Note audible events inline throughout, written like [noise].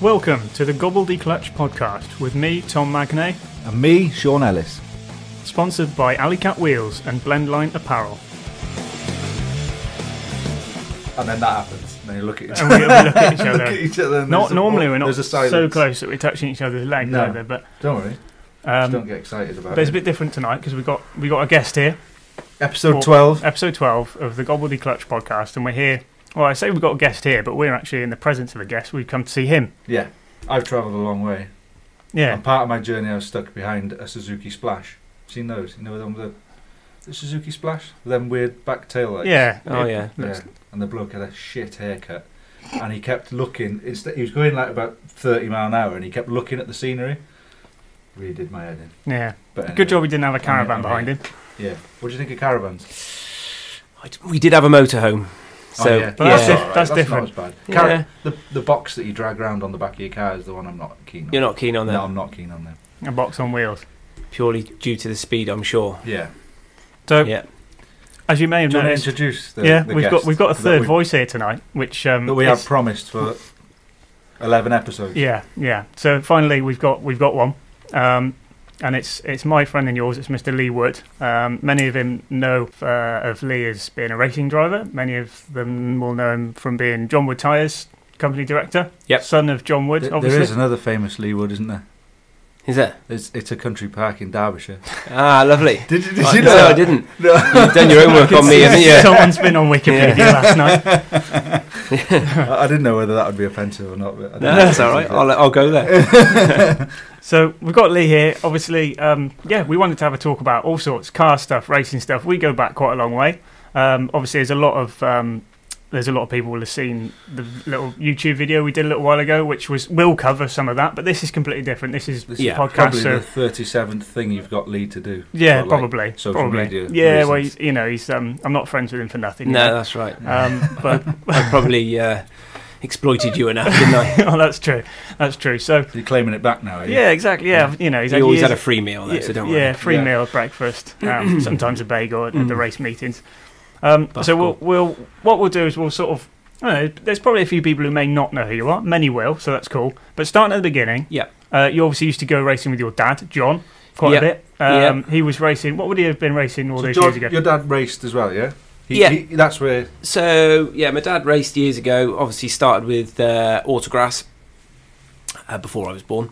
Welcome to the Gobbledy Clutch podcast with me, Tom Magnay, And me, Sean Ellis. sponsored by Alley Cat Wheels and Blendline Apparel. And then that happens. And then you [laughs] look at each And other. we, we look at [laughs] each look at other. each other and Not there's a- oh, normally we're not there's a so silence. close that we're touching each other's legs No. either, but Don't worry. just don't um, get excited about but it's it. a bit different tonight because we got we got a guest here, Episode Well- 12. episode twelve of the Gobbledy Clutch podcast, and we're here. Well, I say we've got a guest here, but we're actually in the presence of a guest. We've come to see him. Yeah. I've travelled a long way. Yeah, And part of my journey, I was stuck behind a Suzuki Splash. Seen those? You know them, the, the Suzuki Splash? Them weird back tail lights. yeah, Oh yeah. Yeah. And the bloke had a shit haircut. And he kept looking. Instead, he was going like about 30 mile an hour and he kept looking at the scenery. Really did my head in. yeah. But anyway, Good job he didn't have a yeah, caravan yeah. behind him. Yeah. What do you think of caravans? I d- we did have a motorhome. So oh, yeah. But that's yeah. diff- that's different. Not as bad. Yeah. Car- the, the box that you drag around on the back of your car is the one I'm not keen on. you're not keen on that no, I'm not keen on them. A box on wheels. purely due to the speed, I'm sure. Yeah. So, yeah. as you may have Do you want to noticed, introduce the yeah, the we've got guest we've got a that third we- voice here tonight, which um, that we is- have promised [laughs] for 11 episodes. yeah, yeah. So finally, we've got we've got one, um, and it's it's my friend and yours. It's Mr. Lee Wood. Um, many of him know uh, of Lee as being a racing driver. Many of them will know him from being John Wood Tires company director. Yep. son of John Wood. Th- obviously, there is another famous Lee Wood, isn't there? Is it? It's, it's a country park in Derbyshire. Ah, [laughs] lovely. [laughs] Did, you- did Right, you no, know? I didn't. No. [laughs] You've done your homework on me, haven't [laughs] you? Someone's been on Wikipedia last night. [laughs] [laughs] I, I didn't know whether that would be offensive or not. But I No, don't that's know. all right. I'll, I'll go there. [laughs] So we've got Lee here. Obviously, um, yeah, we wanted to have a talk about all sorts car stuff, racing stuff. We go back quite a long way. Um, obviously, there's a lot of um, there's a lot of people will have seen the little YouTube video we did a little while ago, which was will cover some of that. But this is completely different. This is This Yeah, is podcast, probably so- the 37th thing you've got Lee to do. yeah, Well, like, probably social probably media yeah. Well, reasons. he's, you know, he's um, I'm not friends with him for nothing. you No, know. that's right. um, but [laughs] I probably uh, exploited you enough, didn't I? oh, that's true. That's true. So You're claiming it back now, are you? yeah, [laughs] exactly. Yeah, you know, he's You always years- had a free meal though, yeah, so don't yeah, worry. free Yeah. meal, [clears throat] breakfast, um, sometimes a bagel at, at the Mm. race meetings. Um, That's so we'll, we'll what we'll do is we'll sort of I don't know, there's probably a few people who may not know who you are. Many will, so that's cool. But starting at the beginning, Yeah. uh, you obviously used to go racing with your dad, John, quite Yeah. a bit. Um, He was racing. What would he have been racing all So those John- years ago? Your dad raced as well, yeah? He, Yeah. He, that's where So yeah, my dad raced years ago. Obviously started with uh, autograss uh, before I was born,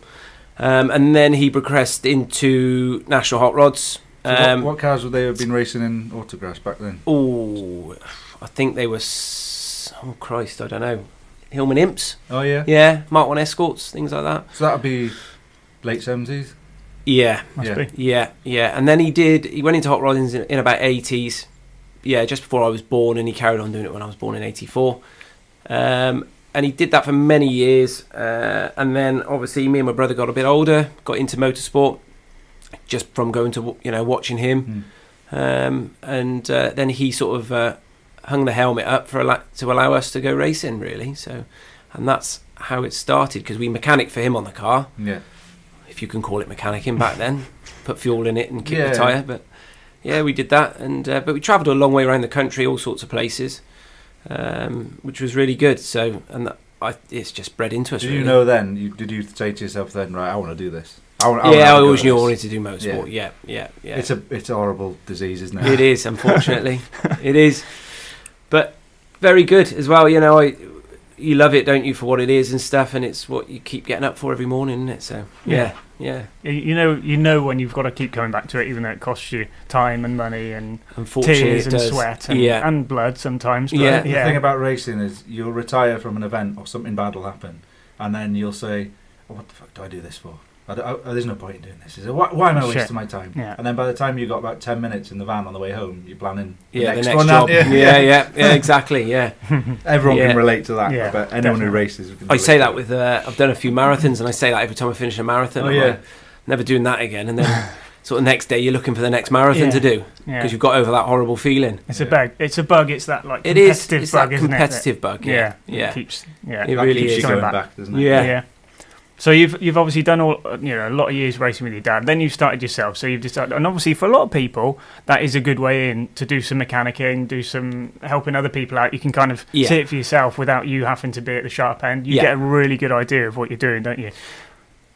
um, and then he progressed into national hot rods. Um, So what, what cars would they have been racing in autograss back then? Oh, I think they were. S- oh Christ, I don't know. Hillman Imps, Oh yeah. yeah, Mark One Escorts, things like that. So that'd be late seventies. Yeah, Must yeah. be. yeah, yeah. And then he did. He went into hot rodding in, in about eighties. Yeah, just before I was born, and he carried on doing it when I was born in eighty four. Um, and he did that for many years. Uh, and then obviously, me and my brother got a bit older, got into motorsport, just from going to w- you know watching him. Hmm. um, and uh, then he sort of uh, hung the helmet up for allo- to allow us to go racing, really. So, and that's how it started because we mechanic for him on the car, Yeah. if you can call it mechanicking back then. Put fuel in it and kick Yeah. the tire, but yeah, we did that, and uh, but we travelled a long way around the country, all sorts of places, um, which was really good. So, and that, I, it's just bred into us. Did really. you know then? You, did you say to yourself then, right? I want to do this. I want, wanna yeah, have I a go always at knew I this." wanted to do motorsport. Yeah, yeah, yeah. It's a it's a horrible disease, isn't [laughs] it? It is, unfortunately, it is. But very good as well. You know, I, you love it, don't you, for what it is and stuff, and it's what you keep getting up for every morning, isn't it? So yeah, yeah. You- You know, you know when you've got to keep coming back to it, even though it costs you time and money and Unfortunately, tears it and does. sweat and, yeah, and blood sometimes. But Yeah. yeah, The thing about racing is you'll retire from an event or something bad will happen, and then you'll say, oh, "What the fuck do I do this for? I don't- I- there's no point in doing this. Is there? Why, why am I Shit. wasting my time?" Yeah. And then by the time you got about ten minutes in the van on the way home, you're planning the yeah. next, the next one. job. aren't you? Yeah, yeah, [laughs] yeah, exactly. Yeah, Everyone Yeah. can relate to that. Yeah, I bet anyone definitely. who races. Can I relate say to that with uh, I've done a few marathons, and I say that every time I finish a marathon. Oh, I'm yeah. like, never doing that again. [laughs] And then sort of next day, you're looking for the next marathon Yeah. to do yeah. because you've got over that horrible feeling. it's a Yeah. bug. It's a bug. It's that like It is. competitive It's bug, that isn't it? that- competitive bug. Yeah, It yeah. keeps. Yeah. It That really keeps is. you Coming going back. back, doesn't it? Yeah. yeah. So you've you've obviously done all you know a lot of years racing with your dad. Then you started yourself. So you've decided, and obviously for a lot of people, that is a good way in to do some mechanicking, do some helping other people out. You can kind of Yeah. see it for yourself without you having to be at the sharp end. You Yeah. get a really good idea of what you're doing, don't you?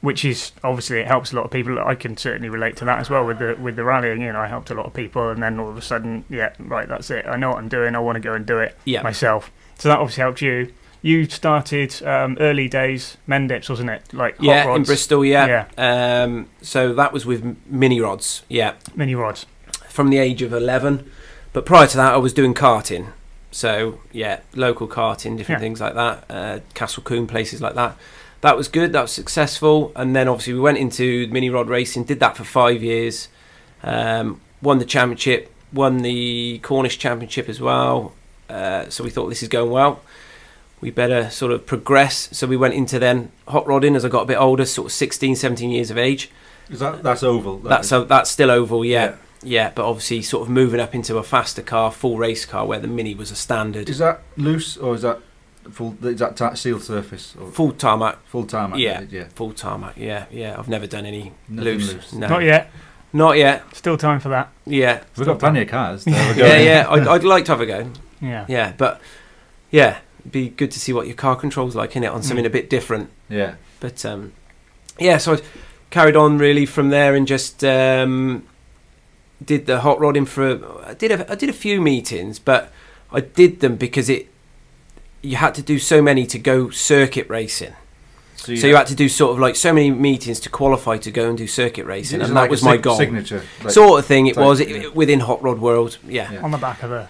Which is obviously it helps a lot of people. I can certainly relate to that as well with the with the rallying. You know, I helped a lot of people, and then all of a sudden, yeah, right, that's it. I know what I'm doing. I want to go and do it Yeah. myself. So that obviously helped you. You started um, early days Mendips, wasn't it? Like hot yeah, rods, in Bristol, yeah. Um, so that was with m- mini rods, yeah, mini rods. from the age of 11. But prior to that, I was doing karting. So, yeah, local karting, different Yeah. things like that, uh, Castle Coombe, places like that. That was good, that was successful. And then obviously, we went into mini rod racing, did that for five years, um, won the championship, won the Cornish championship as well. Uh, so, we thought this is going well. We better sort of progress. So, we went into then hot rodding as I got a bit older, sort of 16, 17 years of age. Is that that's oval? that That's, is? a, that's still oval, yeah. Yeah, but obviously, sort of moving up into a faster car, full race car, where the Mini was a standard, Is that loose or is that full? Is that ta- sealed surface or full tarmac, full tarmac? Yeah. yeah. full tarmac. Yeah, yeah. I've never done any Nothing loose. loose. No, Not yet. Not yet. Still time for that. Yeah, We've got plenty of cars. [laughs] There we go. yeah, yeah. [laughs] I'd, I'd like to have a go. Yeah. Yeah, but yeah, it'd be good to see what your car controls like in it on something Mm. a bit different. yeah. But um, yeah, so I carried on really from there and just um, did the hot rodding for. I did a, I did a few meetings, but I did them because it you had to do so many to go circuit racing. So you, So you had to do sort of like so many meetings to qualify to go and do circuit is racing, it and like that a was my sig- goal. Signature. like- sort of thing it type, was it, yeah. within hot rod world. Yeah. Yeah. On the back of a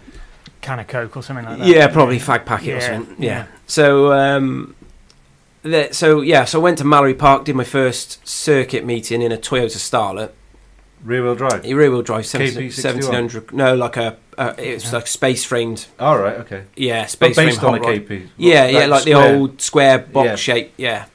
can of Coke or something like that. Yeah, probably fag packet Yeah, or something. yeah. Yeah. So, um, that, so yeah, so I went to Mallory Park, did my first circuit meeting in a Toyota Starlet, rear wheel drive. a rear-wheel drive, 17, KP61. 1700. No, like a, uh, it was like space framed. All right. Okay. Yeah, But space framed. based on a hot rod. KP. Yeah, Like yeah, like square. the old square box Yeah. shape. Yeah,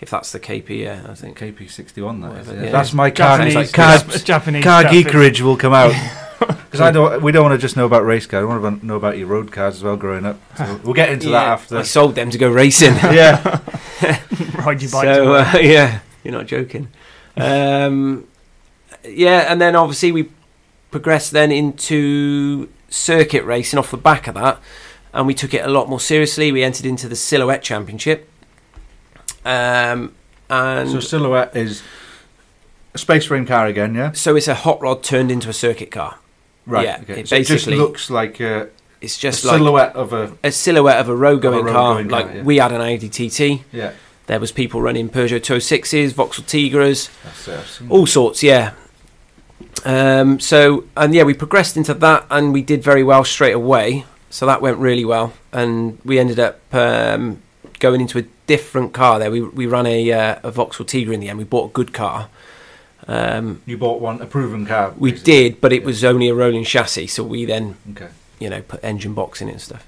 if that's the KP, yeah, I think. KP sixty one. That is. Whatever, yeah. yeah. That's my car. Japanese, like car, Jap- Japanese car stuff, isn't it? geekerage will come [laughs] out. Because I don't. We don't want to just know about race cars. We want to know about your road cars as well. Growing up, [laughs] so we'll get into Yeah, that I after. sold them to go racing. yeah. [laughs] Ride your bike. to [laughs] so work. uh, yeah, you're not joking. Um, yeah, and then obviously we progressed then into circuit racing off the back of that, and we took it a lot more seriously. We entered into the silhouette championship, um, and So so, silhouette is a space frame car again. Yeah. it's a hot rod turned into a circuit car. Right. Yeah, okay. it so it just basically- looks like a, It's just a like silhouette of a a silhouette of a road going road car. going car, like yeah. we had an Audi TT. yeah. There was people running Peugeot 206s, Vauxhall Tigras, That's uh, it. I've seen all sorts yeah um, so and yeah we progressed into that and we did very well straight away so that went really well and we ended up um, going into a different car there we, we ran a, uh, a vauxhall tigra in the end we bought a good car um, it. You bought one a proven car. we basically. did but it Yeah. was only a rolling chassis so we then Okay. you know put engine box in it and stuff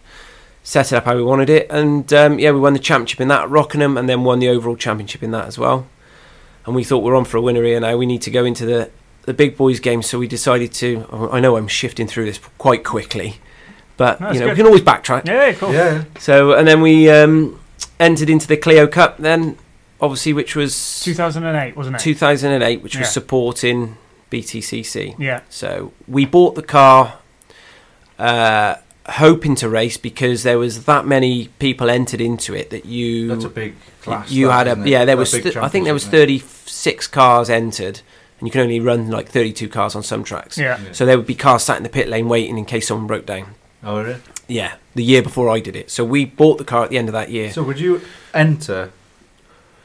set it up how we wanted it and um, yeah we won the championship in that at rockingham and then won the overall championship in that as well and we thought we're on for a winner here now we need to go into the the big boys game so we decided to oh, i know i'm shifting through this quite quickly but No, it's you know good. we can always backtrack yeah, cool. Yeah. so and then we um, entered into the clio cup then obviously which was 2008, wasn't it? 2008 which Yeah. was supporting btcc yeah. so we bought the car uh, hoping to race because there was that many people entered into it that you That's a big class. you that, had isn't a it? yeah there A was big th- I think there was championship, 36 cars entered and you can only run like 32 cars on some tracks. Yeah. isn't it? So there would be cars sat in the pit lane waiting in case someone broke down. Oh, really? Yeah, the year before I did it. So we bought the car at the end of that year. So would you enter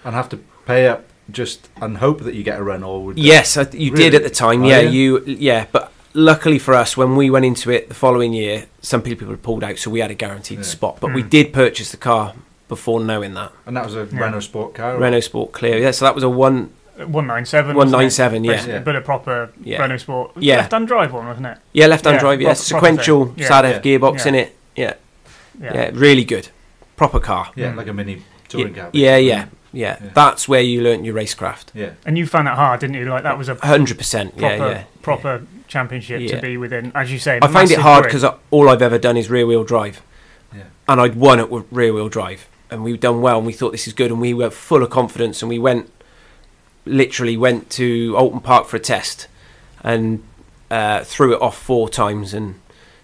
and have to pay up just and hope that you get a run, or would Yes, I, you did Really? at the time. Oh, yeah, yeah? you yeah, but luckily for us, when we went into it the following year, some people had pulled out, so we had a guaranteed Yeah. spot. But we Mm. did purchase the car before knowing that And that was a Yeah. Renault Sport car. or- Renault Sport Clio. Yeah, so that was a one 197. one wasn't it? nine seven. Yeah, Basically, Yeah. But a proper Yeah. Renault Sport. Yeah. Left-hand drive one, wasn't it? yeah, left hand Yeah, drive. Yeah, proper- proper thing. sequential Yeah. SADF Yeah. gearbox Yeah. in it. Yeah, yeah, really good, proper car. Yeah, Mm. like a mini touring car. Yeah, yeah, basically. yeah, Mm. Yeah. That's where you learnt your racecraft. Yeah. And you found that hard, didn't you? Like that was a Hundred percent. Yeah, proper yeah. proper championship Yeah. to be within, as you say. I find it massive hard grid. because all I've ever done is rear wheel drive, Yeah. and I'd won at rear wheel drive. and we done well, and we thought this is good, and we were full of confidence, and we went literally went to Alton Park for a test, and uh, threw it off four times, and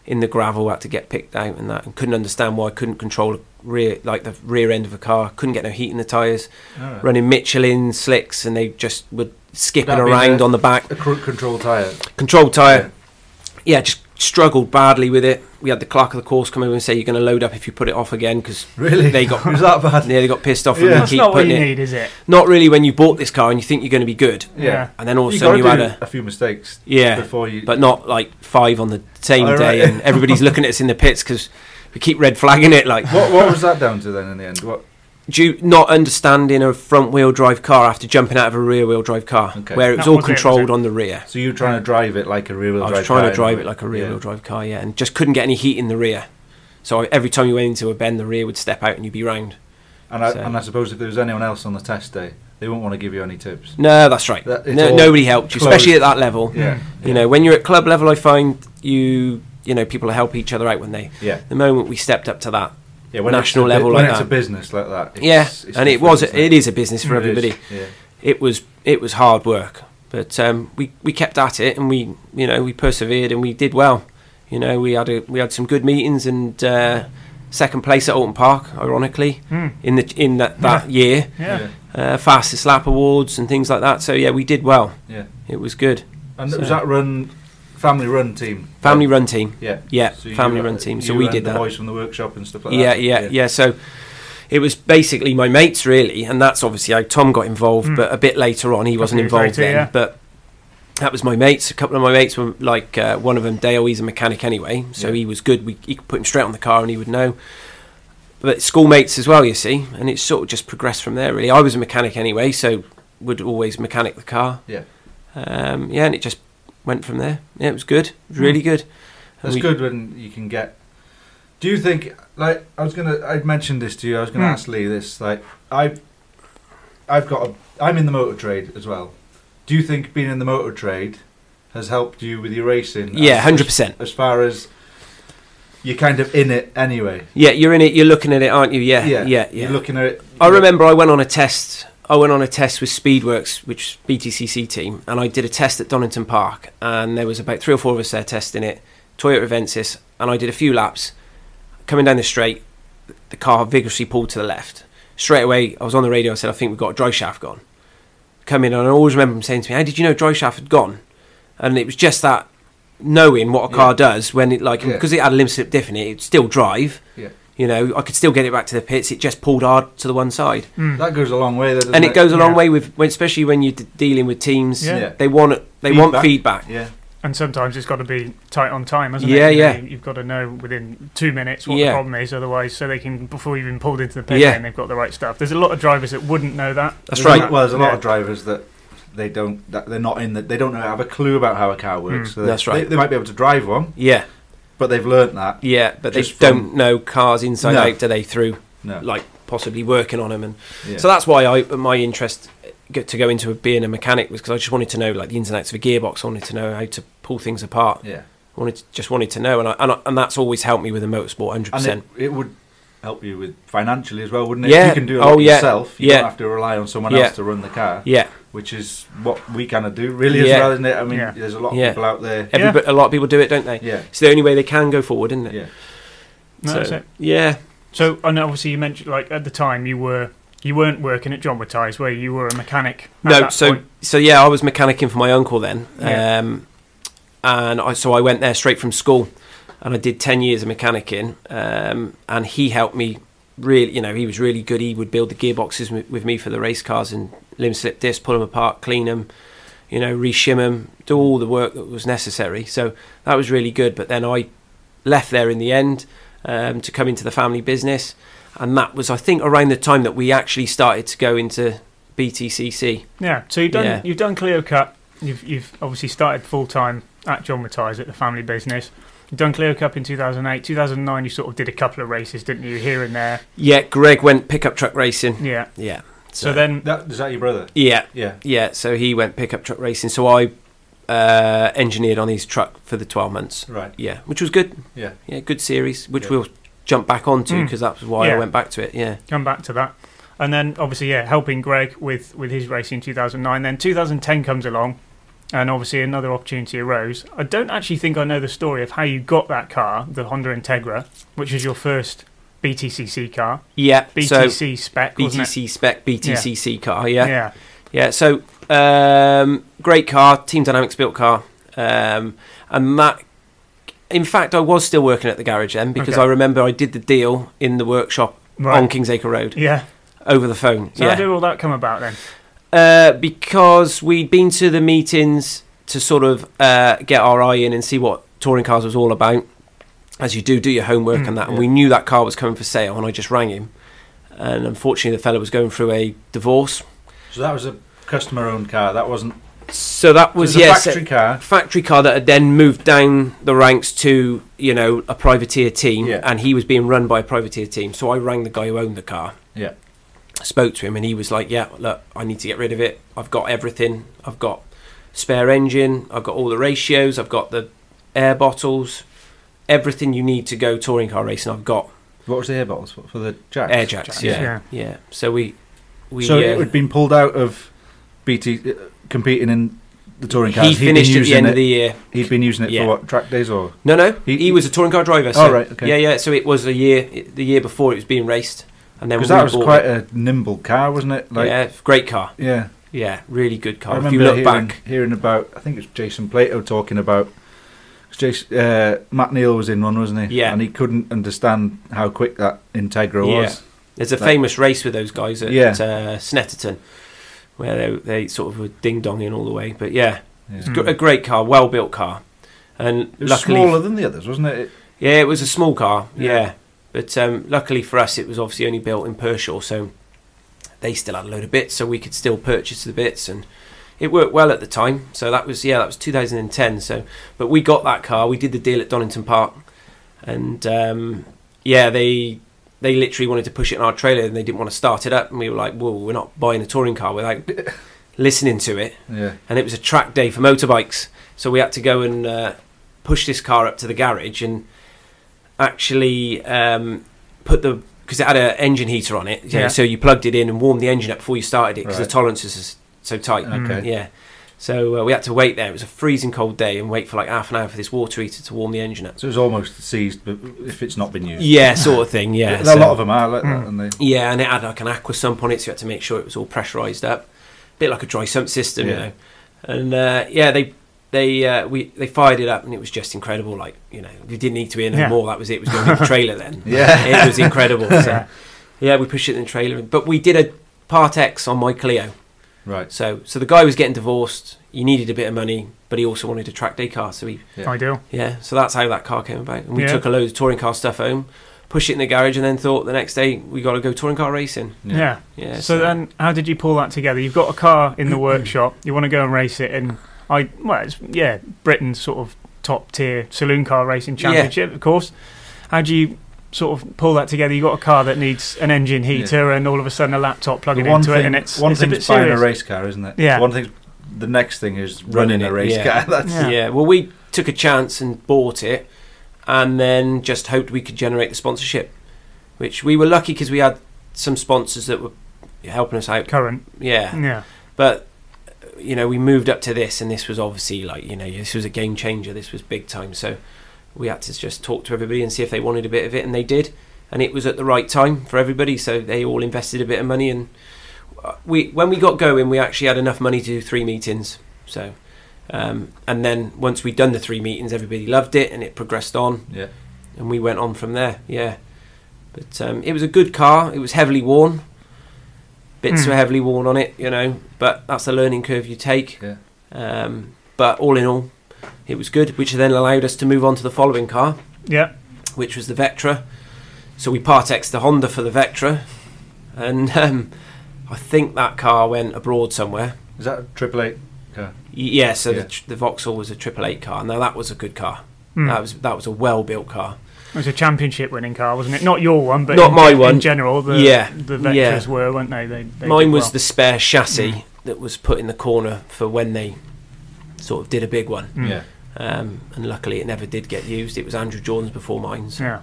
in the gravel had to get picked out and that, and couldn't understand why I couldn't control rear like the rear end of a car, couldn't get no heat in the tyres, All right. running Michelin slicks, and they just were skipping That'd be around the- on the back A cruise control tyre. control tyre. Yeah, just struggled badly with it. We had the clerk of the course come over and say you're going to load up if you put it off again because Really? They [laughs] got- was that bad? nearly got pissed off and Yeah. yeah. That's keep not what putting you it. need, is it? Not really when you bought this car and you think you're going to be good, Yeah. and then all of a You sudden got you, to had do a a few mistakes yeah, before you. but not like five on the same Oh, day, right. and everybody's looking at us in the pits because we keep red flagging it like what what was that down to then in the end? What? due not understanding a front wheel drive car after jumping out of a rear wheel drive car Okay. where it was That all was it, was controlled it? on the rear. So you were trying to drive it like a rear wheel I drive? was trying car, to drive anyway. it like a rear Yeah. wheel drive car, yeah, and just couldn't get any heat in the rear. So I, every time you went into a bend, the rear would step out and you'd be round. And I, So- and I suppose if there was anyone else on the test day, they wouldn't want to give you any tips. No, that's right. That- it's no, all nobody helped you, closed. especially at that level. Yeah. You know, when you're at club level, I find you, you know, people help each other out when they. Yeah. The moment we stepped up to that, Yeah. When National it's a, bu- level When like it's that. a business like that. It's, yeah, it's and it different, was isn't it is a business for It is, everybody. Yeah. it was it was hard work, but um, we we kept at it and we you know we persevered and we did well. You know we had a, we had some good meetings and uh, second place at Alton Park, ironically Hmm. in the in that, that year, Yeah. Yeah. uh, fastest lap awards and things like that. So yeah, we did well. Yeah. It was good. And So- was that run family run team? Family run team. Yeah. Yeah, So you- family run team. So you we and did the that. Boys from the workshop and stuff like yeah, that. yeah, yeah, So it was basically my mates really, and that's obviously how Tom got involved. Hmm. But a bit later on, he wasn't Couple years involved later, then. yeah. But that was my mates. A couple of my mates were like uh, one of them, Dale. He's a mechanic anyway, so Yeah. he was good. We he could put him straight on the car, and he would know. But schoolmates as well, you see, and it sort of just progressed from there. Really, I was a mechanic anyway, so would always mechanic the car. Yeah. um, yeah, and it just went from there. Yeah, it was good. It Hmm. was really good. And That's we- good when you can get. Do you think like I was gonna? I mentioned this to you. I was gonna Hmm. ask Lee this. Like I, I've got. A, I'm in the motor trade as well. Do you think being in the motor trade has helped you with your racing? Yeah, as- hundred percent. As, as far as you're kind of in it anyway. Yeah, you're in it. You're looking at it, aren't you? Yeah, yeah, yeah. You're looking at it. I remember I went on a test. I went on a test with Speedworks, which is BTCC team, and I did a test at Donington Park, and there was about three or four of us there testing it. Toyota Avensis, and I did a few laps. Coming down the straight, the car vigorously pulled to the left. Straight away, I was on the radio. I said, "I think we've got a dry shaft gone." Come in, and I always remember him saying to me, "How did you know dry shaft had gone?" And it was just that knowing what a car does when it like Yeah. because it had a limb slip diff in it, it'd still drive. Yeah. You know, I could still get it back to the pits. It just pulled hard to the one side Hmm. That goes a long way. Though, doesn't and it goes a long Yeah. way with when, especially when you're d- dealing with teams. Yeah. Yeah. They want they want feedback. Yeah. And sometimes it's got to be tight on time, hasn't Yeah, it? You know, yeah. you- You've got to know within two minutes what Yeah. the problem is, otherwise, so they can before you've been pulled into the pit, Yeah. and they've got the right stuff. There's a lot of drivers that wouldn't know that. That's There's a right. lot- well, there's a lot Yeah. of drivers that they don't. That they're not in. The, they don't know, have a clue about how a car works. Hmm. So they- That's right. They, they might be able to drive one, Yeah, but they've learnt that. yeah, but they Just from- don't know cars inside No. out, do they? Through No. like possibly working on them, and Yeah. so that's why I my interest eh, get to go into being a mechanic was because I just wanted to know like the ins and outs of a gearbox. I wanted to know how to pull things apart. yeah. I wanted to, just wanted to know, and I, and I, and that's always helped me with the motorsport, hundred And it, percent. it would help you with financially as well, wouldn't it? Yeah. If you can do it Oh, yeah. yourself. You Yeah. don't have to rely on someone Yeah. else to run the car, Yeah, which is what we kind of do really Yeah. as well, isn't it? I mean, Yeah. there's a lot of Yeah. people out there. Yeah. Everybo- a lot of people do it, don't they? Yeah. It's the only way they can go forward, isn't it? Yeah. No, So- that's it. Yeah, So, and obviously you mentioned like at the time you were you weren't working at John Wood Tyres, where you were a mechanic. At no, that so point. so yeah, I was mechanicing for my uncle then, Yeah. um, and I, so I went there straight from school, and I did ten years of mechanicing, um, and he helped me really. You know, he was really good. He would build the gearboxes m- with me for the race cars and limb slip discs, pull them apart, clean them, you know, reshim them, do all the work that was necessary. So that was really good. But then I left there in the end um, to come into the family business. And that was, I think, around the time that we actually started to go into BTCC. yeah, so you've done Yeah. you've done Cleo Cup. You've you've obviously started full time at John Wood Tyres at the family business. You've done Cleo Cup in 2008, 2009. You sort of did a couple of races, didn't you? Here and there. Yeah, Greg went pickup truck racing. Yeah. Yeah. So, then, That, is that your brother? Yeah, Yeah. yeah. So he went pickup truck racing. So I uh, engineered on his truck for the twelve months. Right. Yeah, which was good. Yeah. Yeah, good series. Which Yeah. we'll jump back onto Mm. because that's why I Yeah. went back to it. Yeah, come back to that. And then obviously, yeah, helping Greg with with his race in 2009. Then 2010 comes along, and obviously another opportunity arose. I don't actually think I know the story of how you got that car, the Honda Integra, which is your first BTCC car, yeah. so BTC spec, wasn't it? BTC spec, BTCC car. Yeah, yeah. yeah, so um, great car, Team Dynamics built car, um, and that. In fact, I was still working at the garage then because Okay. I remember I did the deal in the workshop right, on Kingsacre Road yeah. over the phone. So yeah. how did all that come about then? Uh, because we'd been to the meetings to sort of uh, get our eye in and see what touring cars was all about. As you do, do your homework Mm, and that. And yeah. we knew that car was coming for sale, and I just rang him. And unfortunately, the fella was going through a divorce. So that was a customer-owned car. That wasn't. So that it was was a yes, factory car. factory car that had then moved down the ranks to you know a privateer team Yeah. and he was being run by a privateer team so i rang the guy who owned the car Yeah. spoke to him and he was like yeah look i need to get rid of it i've got everything i've got spare engine i've got all the ratios i've got the air bottles everything you need to go touring car racing i've got What was the air bottles for, for the jacks? air jacks yeah yeah, Yeah. so we we so uh, it had been pulled out of BT uh, competing in the touring cars. he He'd been finished at the using end it, of the year He'd been using it Yeah. for what track days or No, no, He- he, was a touring car driver. So, Oh, right, okay. Yeah, yeah. So it was a year, it- the year before it was being raced, and then because we that was bought quite it. a nimble car, wasn't it? Like yeah, great car. yeah. Yeah, really good I car. If remember you look hearing, back, hearing about, I think it was Jason Plato talking about, 'cause Jason, uh, Matt Neal was in one, wasn't he? Yeah. And he couldn't understand how quick that Integra Yeah. was. there's a that- famous race with those guys at Yeah. uh, Snetterton, where they, they sort of were ding donging all the way. But yeah, Yeah. it's gr- a great car, well built car, and It was luckily, smaller than the others, wasn't it? It- yeah, it was a small car. Yeah. Yeah, but um, luckily for us, it was obviously only built in Pershore, so they still had a load of bits, so we could still purchase the bits and. it worked well at the time. So that was yeah, that was 2010. So, but we got that car. We did the deal at Donington Park, and um, yeah, they they literally wanted to push it in our trailer, and they didn't want to start it up. And we were like, "Whoa, we're not buying a touring car without [laughs] listening to it." yeah. And it was a track day for motorbikes, so we had to go and uh, push this car up to the garage and actually um, put the because it had an engine heater on it. Yeah. Yeah. So you plugged it in and warmed the engine up before you started it because Right. the tolerances is so tight. Mm. Okay. Yeah. So uh, we had to wait there. It was a freezing cold day and wait for like half an hour for this water heater to warm the engine up. So it was almost seized, but if it's not been used. Yeah, sort of thing. There- Yeah. a so- lot of them are like that, Mm. and they. Yeah, and it had like an aqua sump on it, so you had to make sure it was all pressurized up, bit like a dry sump system, Yeah. you know. And uh, yeah, they they uh, we they fired it up, and it was just incredible. Like you know, we didn't need to be in no Yeah. more. That was it. It was going [laughs] in the trailer then. Yeah. it was incredible. So, Yeah. yeah, we pushed it in the trailer, but we did a part X on my Clio. Right. So, so the guy was getting divorced. He needed a bit of money, but he also wanted a track day car. So he, Yeah. Ideal. yeah. So that's how that car came about. And we Yeah. took a load of touring car stuff home, pushed it in the garage, and then thought the next day we got to go touring car racing. Yeah. Yeah. So then, how did you pull that together? You've got a car [clears throat] in the workshop. You want to go and race it, and I well, it's, yeah, Britain's sort of top tier saloon car racing Yeah. championship, of course. How do you sort of pull that together? You have got a car that needs an engine heater, and all of a sudden a laptop plugging The one into thing, it, and it's one it's a bit thing's buying serious. a race car, isn't it? Yeah. One thing's the next thing is running, Running a it, race yeah. car. [laughs] That's Yeah. Yeah. well, we took a chance and bought it, and then just hoped we could generate the sponsorship, which we were lucky because we had some sponsors that were helping us out. Current, Yeah, yeah, but you know, we moved up to this, and this was obviously like you know, this was a game changer. This was big time. So we had to just talk to everybody and see if they wanted a bit of it, and they did. And it was at the right time for everybody, so they all invested a bit of money. And uh, we, when we got going, we actually had enough money to do three meetings. So, um, and then once we'd done the three meetings, everybody loved it, and it progressed on, yeah. and we went on from there. Yeah, but um, it was a good car. It was heavily worn. Bits Hmm. were heavily worn on it, you know. But that's the learning curve you take. Yeah. Um, but all in all, it was good, which then allowed us to move on to the following car, yeah. which was the Vectra. So we part-ex the Honda for the Vectra, and um, I think that car went abroad somewhere. Is that a triple eight? Y- Yeah, so Yeah. The, tr- the Vauxhall was a triple eight car. Now that was a good car. Mm. That was that was a well-built car. It was a championship-winning car, wasn't it? Not your one, but Not in- my In one. general, the Yeah. the Yeah. Vectras were, weren't they? they, they Mine did was well. the spare chassis Mm. that was put in the corner for when they sort of did a big one. Mm. Yeah. Um, and luckily, it never did get used. It was Andrew Jordan's before mine. So yeah,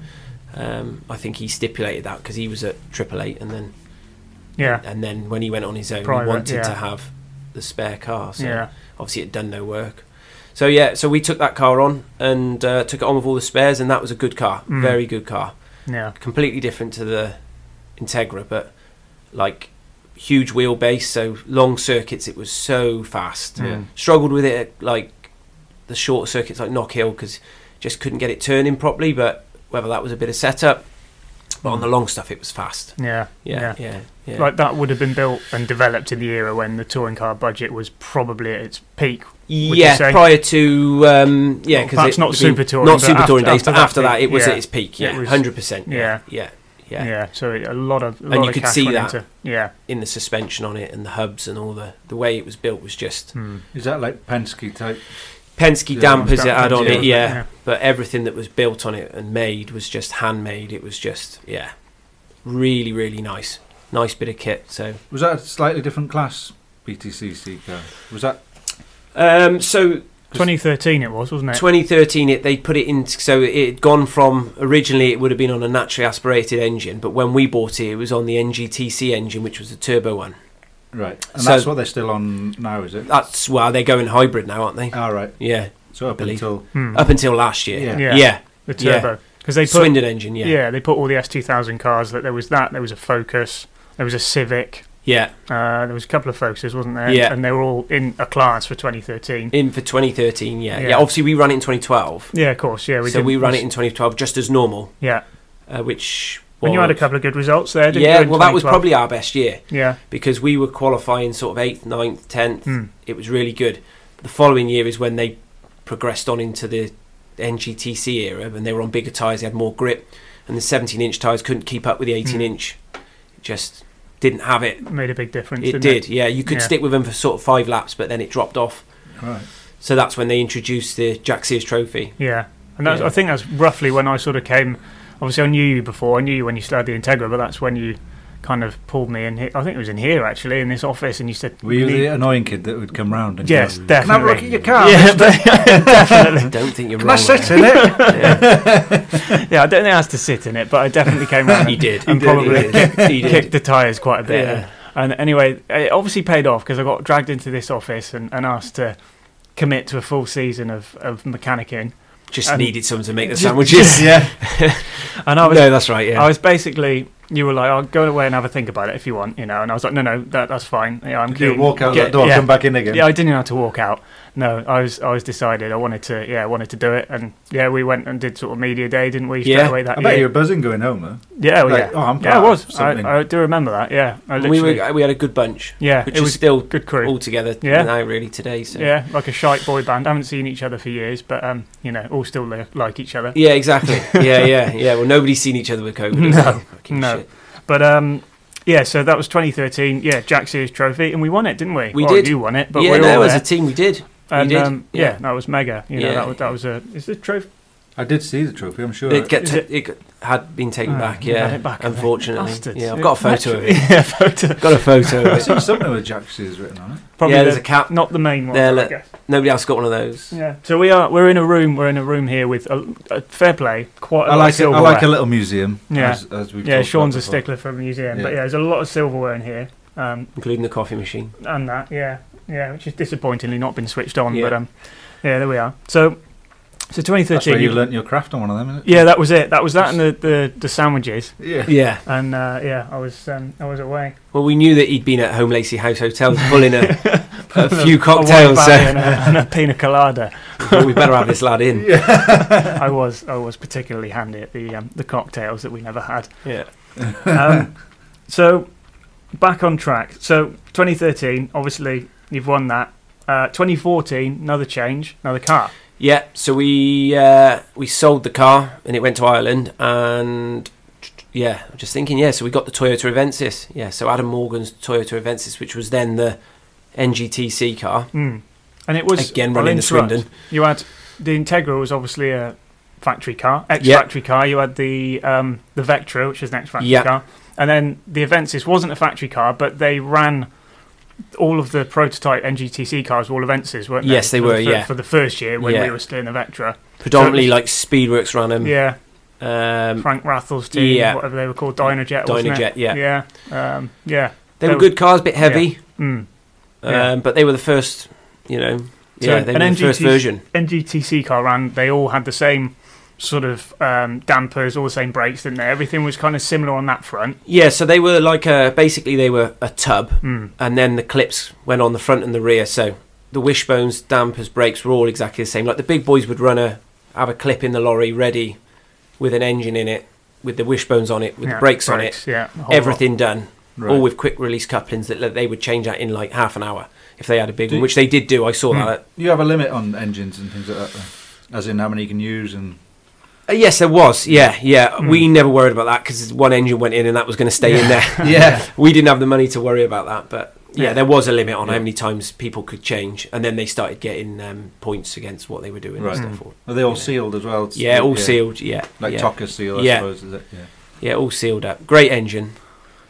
Um, I think he stipulated that because he was at Triple Eight, and then Yeah. and then when he went on his own, Private, he wanted yeah. to have the spare car. So Yeah. obviously it done no work. So yeah, so we took that car on and uh, took it on with all the spares, and that was a good car, Mm. very good car, Yeah. completely different to the Integra, but like huge wheelbase, so long circuits. It was so Mm. fast. Yeah. Struggled with it at, like the short circuits, like knock hill, because just couldn't get it turning properly. But whether that was a bit of setup, but on the long stuff, it was fast. Mm. Yeah. Yeah, yeah, yeah. Like that would have been built and developed in the era when the touring car budget was probably at its peak. you yeah, say? prior to um, yeah, Well, because perhaps not super touring, not but super after- touring days, after but that after that, peak, it was yeah. at its peak. It Yeah, was- hundred percent. yeah. yeah, yeah, Yeah. So a lot of a And lot you of could cash see went that. into yeah. In the suspension on it and the hubs and all the the way it was built was just Hmm. Is that like Penske type? Penske Yeah, dampers Mm. it That- had on yeah. it. Yeah, but everything that was built on it and made was just handmade. It was just yeah, really really nice, nice bit of kit. So Was that a slightly different class BTCC car? Was that um, so 2013 it was, wasn't it? 2013, it they put it in. So it had gone from originally it would have been on a naturally aspirated engine, but when we bought it, it was on the NGTC engine, which was the turbo one. right? And So- that's what they're still on now, is it? That's well, they're going hybrid now, aren't they? All right. Yeah, So up Believe. until Hmm. up until last year. Yeah. Yeah. yeah, the Uh, yeah. turbo because they put Swindon engine. Yeah, yeah. yeah, they put all the S2000 cars that there was that there was a Focus there was a Civic uh, there was a couple of Focuses wasn't there Yeah. and they were all in a class for 2013 in for 2013. Yeah. yeah, Yeah. Obviously, we ran it in 2012, yeah of course yeah we so did we ran it in 2012 just as normal, yeah uh, which. and you had a was- couple of good results there didn't you yeah, in well, that was 2012? probably our best year yeah because we were qualifying sort of eighth, ninth, tenth, Hmm. it was really good. The following year is when they progressed on into the NGTC era, and they were on bigger tyres, they had more grip, and the 17 inch tyres couldn't keep up with the 18 Mm. inch. It just didn't have it. made a big difference It didn't did, yeah. You could Yeah. stick with them for sort of five laps, but then it dropped off. right. So that's when they introduced the Jack Sears [laughs] Trophy. Yeah, and that's, Yeah. I think that's roughly when I sort of came. Obviously, I knew you before. I knew you when you started the Integra, but that's when you kind of pulled me in. Here. I think it was in here actually, in this office, and you said, Were you "Lee-" the annoying kid that would come round and Yes, go, Can I have a definitely. look at your car? Yeah, [laughs] but- I definitely. don't think you're Can I wrong. sit there. in [laughs] it? Yeah, Yeah, I don't think I had to sit in it, but I definitely [laughs] came around. he and did. And he probably did. He Kicked did. the tyres quite a bit. Yeah. And anyway, it obviously paid off because I got dragged into this office and, and asked to commit to a full season of, of mechanicking. Just And- needed someone to make the Just- sandwiches. yeah. And I was [laughs] no, that's right. Yeah. I was basically, you were like, "I'll go away and have a think about it if you want," you know. And I was like, "No, no, that, that's fine. Yeah, I'm You keen. walk out Get- that door, yeah. come back in again. Yeah, I didn't know how to walk out. No, I was, I was decided. I wanted to, yeah, I wanted to do it. And yeah, we went and did sort of media day, didn't we? Straight Yeah. away that I bet you year. were buzzing going home, though. Yeah, well, yeah, Like, oh, I'm yeah. I part of was. something. I, I do remember that. Yeah, I we literally. were. We had a good bunch, yeah, which it is was still good crew. all together Yeah. now really today. So. Yeah, like a shite boy band. haven't seen each other for years, but um, you know, all still li- like each other. Yeah, exactly. [laughs] Yeah, yeah, yeah. Well, nobody's seen each other with COVID. has No, they? Fucking no. shit. But um, yeah, so that was 2013. Yeah, Jack Sears Trophy, and we won it, didn't we? We Well, did. You won it, but yeah, we were no, all as a there. team, we did. And did, um, yeah. yeah. that was mega. You know, Yeah. that was that was a is the trophy? I did see the trophy, I'm sure. It, get Is t- it- it got- had been taken Oh, back. you Yeah, had it back, unfortunately. Bastards. Yeah, [laughs] I've got a photo of it. yeah, photo. [laughs] Got a [laughs] photo I of it. seen something with Jack Sears written on it. Probably yeah, the- there's a cap. not the main one. There, I look. guess. Nobody else got one of those. Yeah. So we are we're in a room. We're in a room here with a, a fair play. Quite a I lot like of it. I silverware. like a little museum. Yeah. As, as we've yeah, talked Sean's a about before. stickler for a museum, but Yeah. yeah, there's a lot of silverware in here. Um, Including the coffee machine. and that, yeah, yeah, which is disappointingly not been switched on, Yeah. but um, yeah, there we are. So, so 2013. That's where you you- learnt your craft on one of them, isn't it? yeah, that was it. That was that and the the, the sandwiches, Yeah. [laughs] Yeah. and uh, yeah, I was um, I was away. Well, we knew that he'd been at Home Lacey House Hotel [laughs] pulling a, a few A cocktails, eh? white so barley and, a, and [laughs] a pina colada. but we better have this [laughs] lad in. Yeah. I was I was particularly handy at the um, the cocktails that we never had. [laughs] um, so back on track. So 2013, obviously you've won that. Uh, 2014, another change, another car. Yeah, so we uh, we sold the car and it went to Ireland and yeah, I'm just thinking, yeah, so we got the Toyota Avensis. Yeah, so Adam Morgan's Toyota Avensis, which was then the NGTC car. Mm. And it was Again, I'll running the interrupt. Swindon. You had the Integra was obviously a factory car, ex Yeah. factory car. You had the um, the Vectra, which is an ex factory Yeah. car, and then the Avensis wasn't a factory car, but they ran all of the prototype NGTC cars were all Avensis, weren't they? Yes, they For were, The fir- yeah. For the first year when Yeah. we were still in the Vectra, Predominantly like Speedworks ran them. yeah, Um, Frank Rathel's team, yeah. whatever they were called, Dynajet. wasn't it? Dynajet, yeah. yeah, um, yeah. They They were were- good cars, a bit heavy, Mm. yeah. um, but they were the first, you know, yeah, they an were the first NGT version. NGTC car ran. They all had the same sort of um, dampers, all the same brakes, didn't they? Everything was kind of similar on that front. Yeah, so they were like a, basically they were a tub, Mm. and then the clips went on the front and the rear. So the wishbones, dampers, brakes were all exactly the same. Like the big boys would run a have a clip in the lorry ready with an engine in it, with the wishbones on it, with Yeah, the brakes, on it, Yeah, the whole everything done, Right. all with quick release couplings that that they would change that in like half an hour if they had a big Do- one, which they did do. I saw Hmm. that. You have a limit on engines and things like that, though? as in how many you can use and [laughs] Uh, yes, there was. Yeah, yeah. We Hmm. never worried about that because one engine went in and that was going to stay in there. yeah, we didn't have the money to worry about that, but yeah, Yeah. there was a limit on how Yeah. many times people could change, and then they started getting um, points against what they were doing Right. and stuff. are they all Yeah. sealed as well? It's- Yeah, all sealed. Yeah, like yeah. Tocker seal, I Yeah. suppose. Is it? Yeah. yeah, all sealed up. Great engine.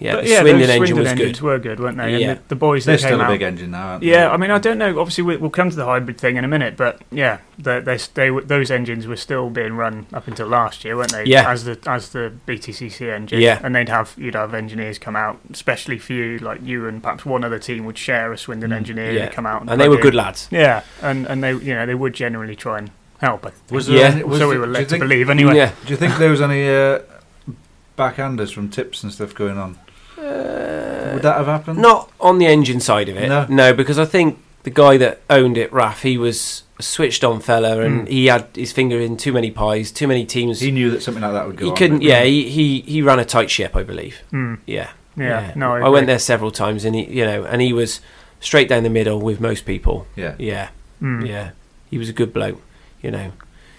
Yeah, But the yeah, Swindon those engine was Swindon engines good. were good, weren't they? And Yeah. the, the boys They're that came still a out. big engine now, aren't they? yeah, I mean, I don't know. Obviously, we, we'll come to the hybrid thing in a minute, but yeah, they, they, they were- those engines were still being run up until last year, weren't they? Yeah. As the as the BTCC engine. Yeah. And they'd have you'd have engineers come out, especially for you, like you and perhaps one other team would share a Swindon Mm. engineer Yeah. to come out, and, And they plug were in. good lads. Yeah, and and they you know they would generally try and help. I think. Was there Yeah. any- was so we there- were do you led to think- believe anyway. Yeah. Do you think there was any uh, backhanders from tips and stuff going on? Uh, Would that have happened? Not on the engine side of it. No. because I think the guy that owned it, Raf, he was a switched on fella and Mm. he had his finger in too many pies, too many teams. He knew that something like that would go he on. couldn't, but- yeah, he, he, he ran a tight ship, I believe. Mm, Yeah. yeah, No, I, I, went agree. there several times, and he, you know, and he was straight down the middle with most people. Yeah. Yeah, Mm. yeah, he was a good bloke. You know,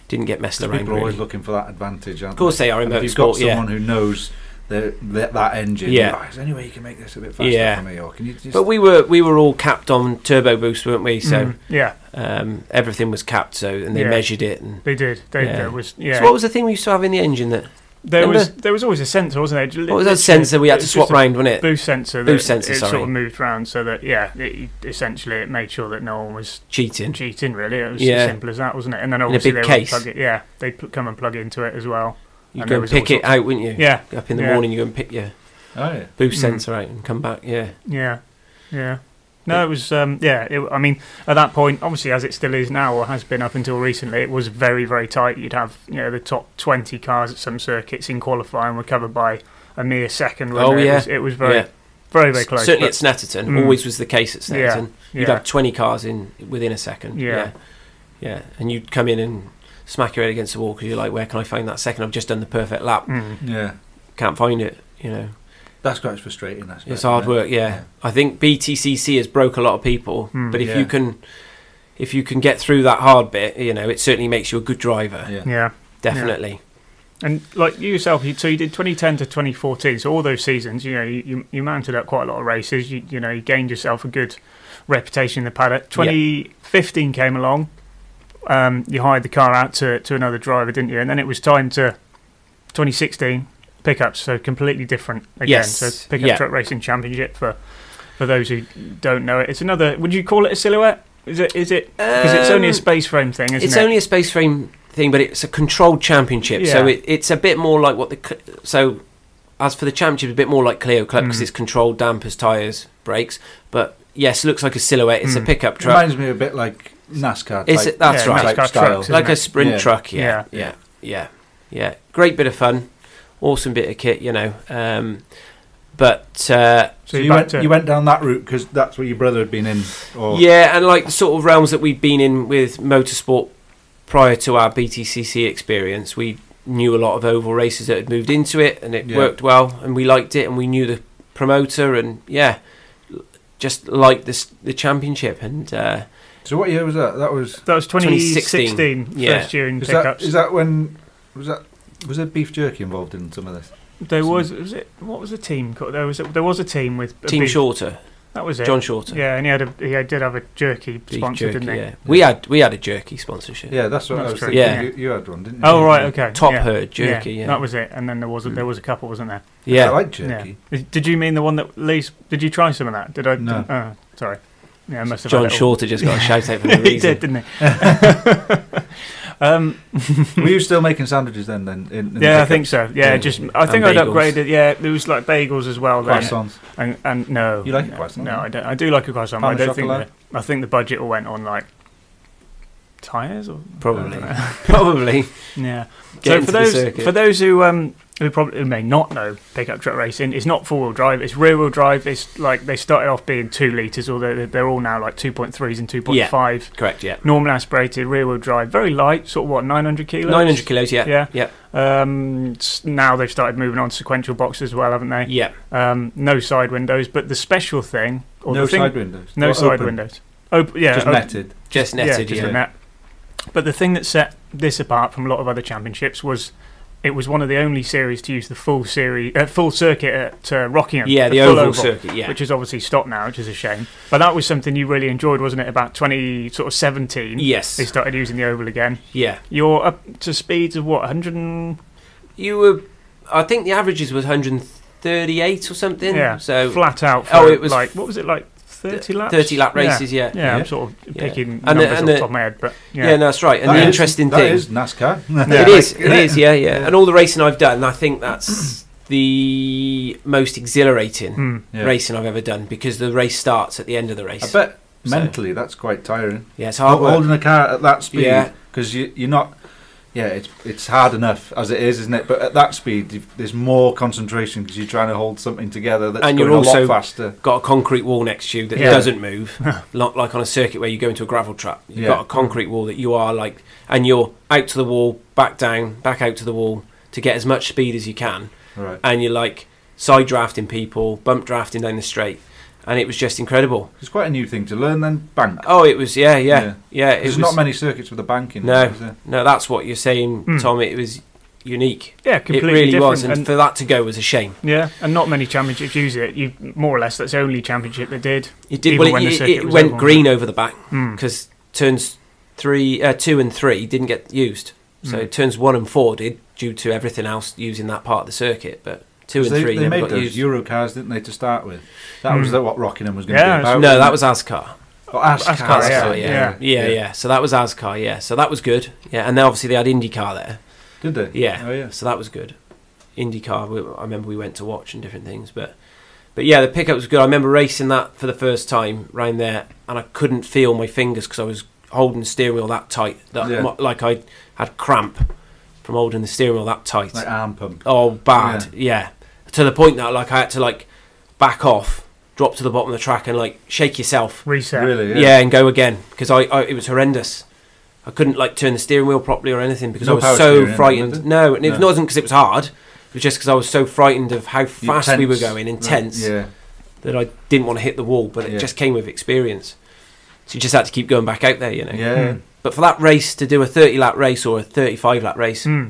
didn't get messed 'Cause around. people are always Really. looking for that advantage, aren't Of course, they are in And if you've got motorsport. Yeah, someone who knows the, that that engine, Yeah. "Oh, is there any way you can make this a bit faster Yeah. for me? Or can you just oh, but we were we were all capped on turbo boost, weren't we? So Mm, yeah, um, everything was capped. So and they Yeah. measured it. And they did. They, Yeah. There was yeah. so what was the thing we used to have in the engine that there was remember- there was always a sensor, wasn't there? what was that Literally, sensor we had it to was swap just a round, wasn't it? Boost sensor. Boost that sensor, It sorry. sort of moved round so that yeah, it, essentially it made sure that no one was Cheating. cheating. Really, it was Yeah. as simple as that, wasn't it? And then a obviously big they would case. plug it. Yeah, they would come and plug into it as well. You And go there and was pick all it out, wouldn't you? Yeah, Up in the Yeah. morning, you go and pick your Oh, yeah. boost Mm. sensor out and come back. Yeah, Yeah, yeah. No, it was. Um, yeah, it, I mean, at that point, obviously, as it still is now, or has been up until recently, it was very, very tight. You'd have, you know, the top twenty cars at some circuits in qualifying were covered by a mere second. wasn't Oh, it? yeah. it was, it was very, yeah. very, very close. Certainly but- at Snetterton, Mm. always was the case at Yeah. Snetterton. yeah, You'd have 20 cars in within a second. Yeah. Yeah. Yeah. And you'd come in and smack your head against the wall because you're like, where can I find that second? I've just done the perfect lap. Mm. Yeah. Can't find it. You know, That's quite frustrating. That's it's hard work. Yeah. I think BTCC has broke a lot of people, Mm. but if Yeah. you can. If you can get through that hard bit, you know it certainly makes you a good driver. Yeah. yeah. Definitely. And like you yourself, you, so you did 2010 to 2014. So all those seasons, you know, you, you, you mounted up quite a lot of races. You, you know, you gained yourself a good reputation in the paddock. 2015 came along. Um, you hired the car out to, to another driver, didn't you? And then it was time to 2016 pickups. So completely different again. Yes, So pickup yeah. truck racing championship for for those who don't know it. It's another. Would you call it a silhouette? Is it? Is it? Because it's only a Um, space frame thing, isn't it's it? only a space frame thing, but it's a controlled championship, so Yeah. it, it's a bit more like what the cl- so as for the championship, it's a bit more like Clio Club because Mm. it's controlled dampers, tires, brakes. But yes, looks like a silhouette. It's a Mm. pickup It truck, reminds me a bit like NASCAR. It's- type- that's Yeah, right. NASCAR type trucks, style. isn't like it? a sprint Yeah. truck. Yeah, Yeah. yeah, yeah, yeah. Great bit of fun, awesome bit of kit, you know. Um, but uh, So you're you back went, to- you went down that route because that's what your brother had been in. Or, yeah, and like the sort of realms that we'd been in with motorsport prior to our BTCC experience, we knew a lot of oval races that had moved into it, and it Yeah. worked well, and we liked it, and we knew the promoter, and yeah, l- just liked this the championship, and uh, So what year was that? That was. That was 2016, 2016, yeah. first year in Is that, pickups. is that when was that? Was there beef jerky involved in some of this? there was was it what was the team called? There was a, there was a team with a Team beef- Shorter, That was it. John Shorter, Yeah, and he had a he had- did have a jerky Beef sponsor, Jerky, didn't he? yeah. we had we had a jerky sponsorship, Yeah, that's what That's I was true. thinking. Yeah. You, you had one, didn't you? Oh right, okay. Top yeah. Herd jerky, yeah, that was it. And then there was a, there was a couple, wasn't there? I yeah. like jerky. Yeah. Did you mean the one that Lee's? Did you try some of that? Did I? No. oh, sorry. Yeah, I must have. had John it all. [laughs] [laughs] Shorter just got a shout out for no he reason. did, didn't he? Um, Were you still making sandwiches then? Then in, in the yeah, I pickup? think so. Yeah, Yeah. just I think I'd And bagels. upgraded. Yeah, there was like bagels as well. then. croissants. And, and no, You like a no, croissant, No, don't you? I don't. I do like a croissant. Pound but I of don't think. chocolate? The, I think the budget all went on like tires or Probably. I don't know. [laughs] Probably. [laughs] yeah. so Get into Uh, for the those circuit. for those who um who probably who may not know pickup truck racing, it's not four wheel drive. It's rear wheel drive. It's like they started off being two liters, although they're- they're all now like two point threes and two point five. Correct, yeah. Normal aspirated rear wheel drive, very light, sort of what nine hundred kilos. 900 kilos, yeah. Yeah. Yeah. Um, s- now they've started moving on to sequential boxes as well, haven't they? Yeah. Um, no side windows, but the special thing or No the thing, side windows. no Well, side open, windows. Op- yeah, Just op- netted. Just netted, yeah, yeah. just a net. But the thing that set this apart from a lot of other championships was it was one of the only series to use the full series, uh, full circuit at uh, Rockingham. Yeah, the, full oval, circuit, yeah. which is obviously stopped now, which is a shame. But that was something you really enjoyed, wasn't it? About twenty sort of seventeen, yes. they started using the oval again. Yeah. You're up to speeds of what hundred and You were, I think the averages was 138 or something. yeah, So flat out. For Oh, it was like what was it like thirty laps? 30 lap Yeah. races, yeah. Yeah, Yeah. I'm sort of Yeah. picking And the- numbers and off the- the top of my head, but Yeah, yeah, no, that's right. And That the is- interesting That thing. is NASCAR. Yeah. [laughs] It is, Like, it is, yeah, yeah. Yeah. And all the racing I've done, I think that's [clears throat] the most exhilarating Hmm. [laughs] Yeah. racing I've ever done because the race starts at the end of the I race. bet So- mentally that's quite tiring. Yeah, it's hard work. Holding a car at that speed Yeah. because you, you're not. Yeah, it's it's hard enough as it is, isn't it? But at that speed, you've- there's more concentration because you're trying to hold something together that's And going you're a also- lot faster. Got a concrete wall next to you that Yeah. doesn't [laughs] move, not like on a circuit where you go into a gravel trap. You've Yeah. got a concrete wall that you are like, and you're out to the wall, back down, back out to the wall to get as much speed as you can. Right, and you're like side drafting people, bump drafting down the straight, and it was just incredible. it's quite a new thing to learn. Then bank. Oh, it was yeah, yeah, yeah. it There's was not many circuits with a bank in. No. is there? No, that's what you're saying, Hmm. Tom. It was unique. yeah, It completely really different. was, and, and- for that to go was a shame. yeah, and not many championships use it. You more or less that's the only championship that did. It did Even well. when It, the it, circuit it was went over. green over the back Hmm. because turns three, uh, two, and three didn't get used. So Mm. turns one and four did due to everything else using that part of the circuit, but two and they, three they never made got those used. Hmm. Euro cars, didn't they, to start with? That was Mm. the, what Rockingham was going to Yeah, be it's- about. no, that was ASCAR. oh, Ascar, Ascar, that's yeah, it, yeah. Yeah, yeah, So that was Ascar, yeah. So that was good. Yeah, and then obviously they had IndyCar there. Did they? Yeah. Oh, yeah. So that was good. IndyCar, we, I remember we went to watch and different things, but but yeah, the pickup was good. I remember racing that for the first time round there, and I couldn't feel my fingers because I was holding the steering wheel that tight, that Yeah. mo- like I had cramp from holding the steering wheel that tight. Like arm pump. Oh, bad. Yeah. To the point that like I had to like back off, drop to the bottom of the track, and like shake yourself Reset. Really? yeah. Yeah. and go again because I, I it was horrendous. I couldn't like turn the steering wheel properly or anything because No I was power so steering, was frightened. it? No, and it No. wasn't because it was hard. It was just because I was so frightened of how You're fast we were tense. going, Right, intense, Yeah. that I didn't want to hit the wall. But it Yeah. just came with experience. So you just had to keep going back out there, you know. Yeah. Hmm. But for that race to do a 30 lap race or a 35 lap race, Hmm.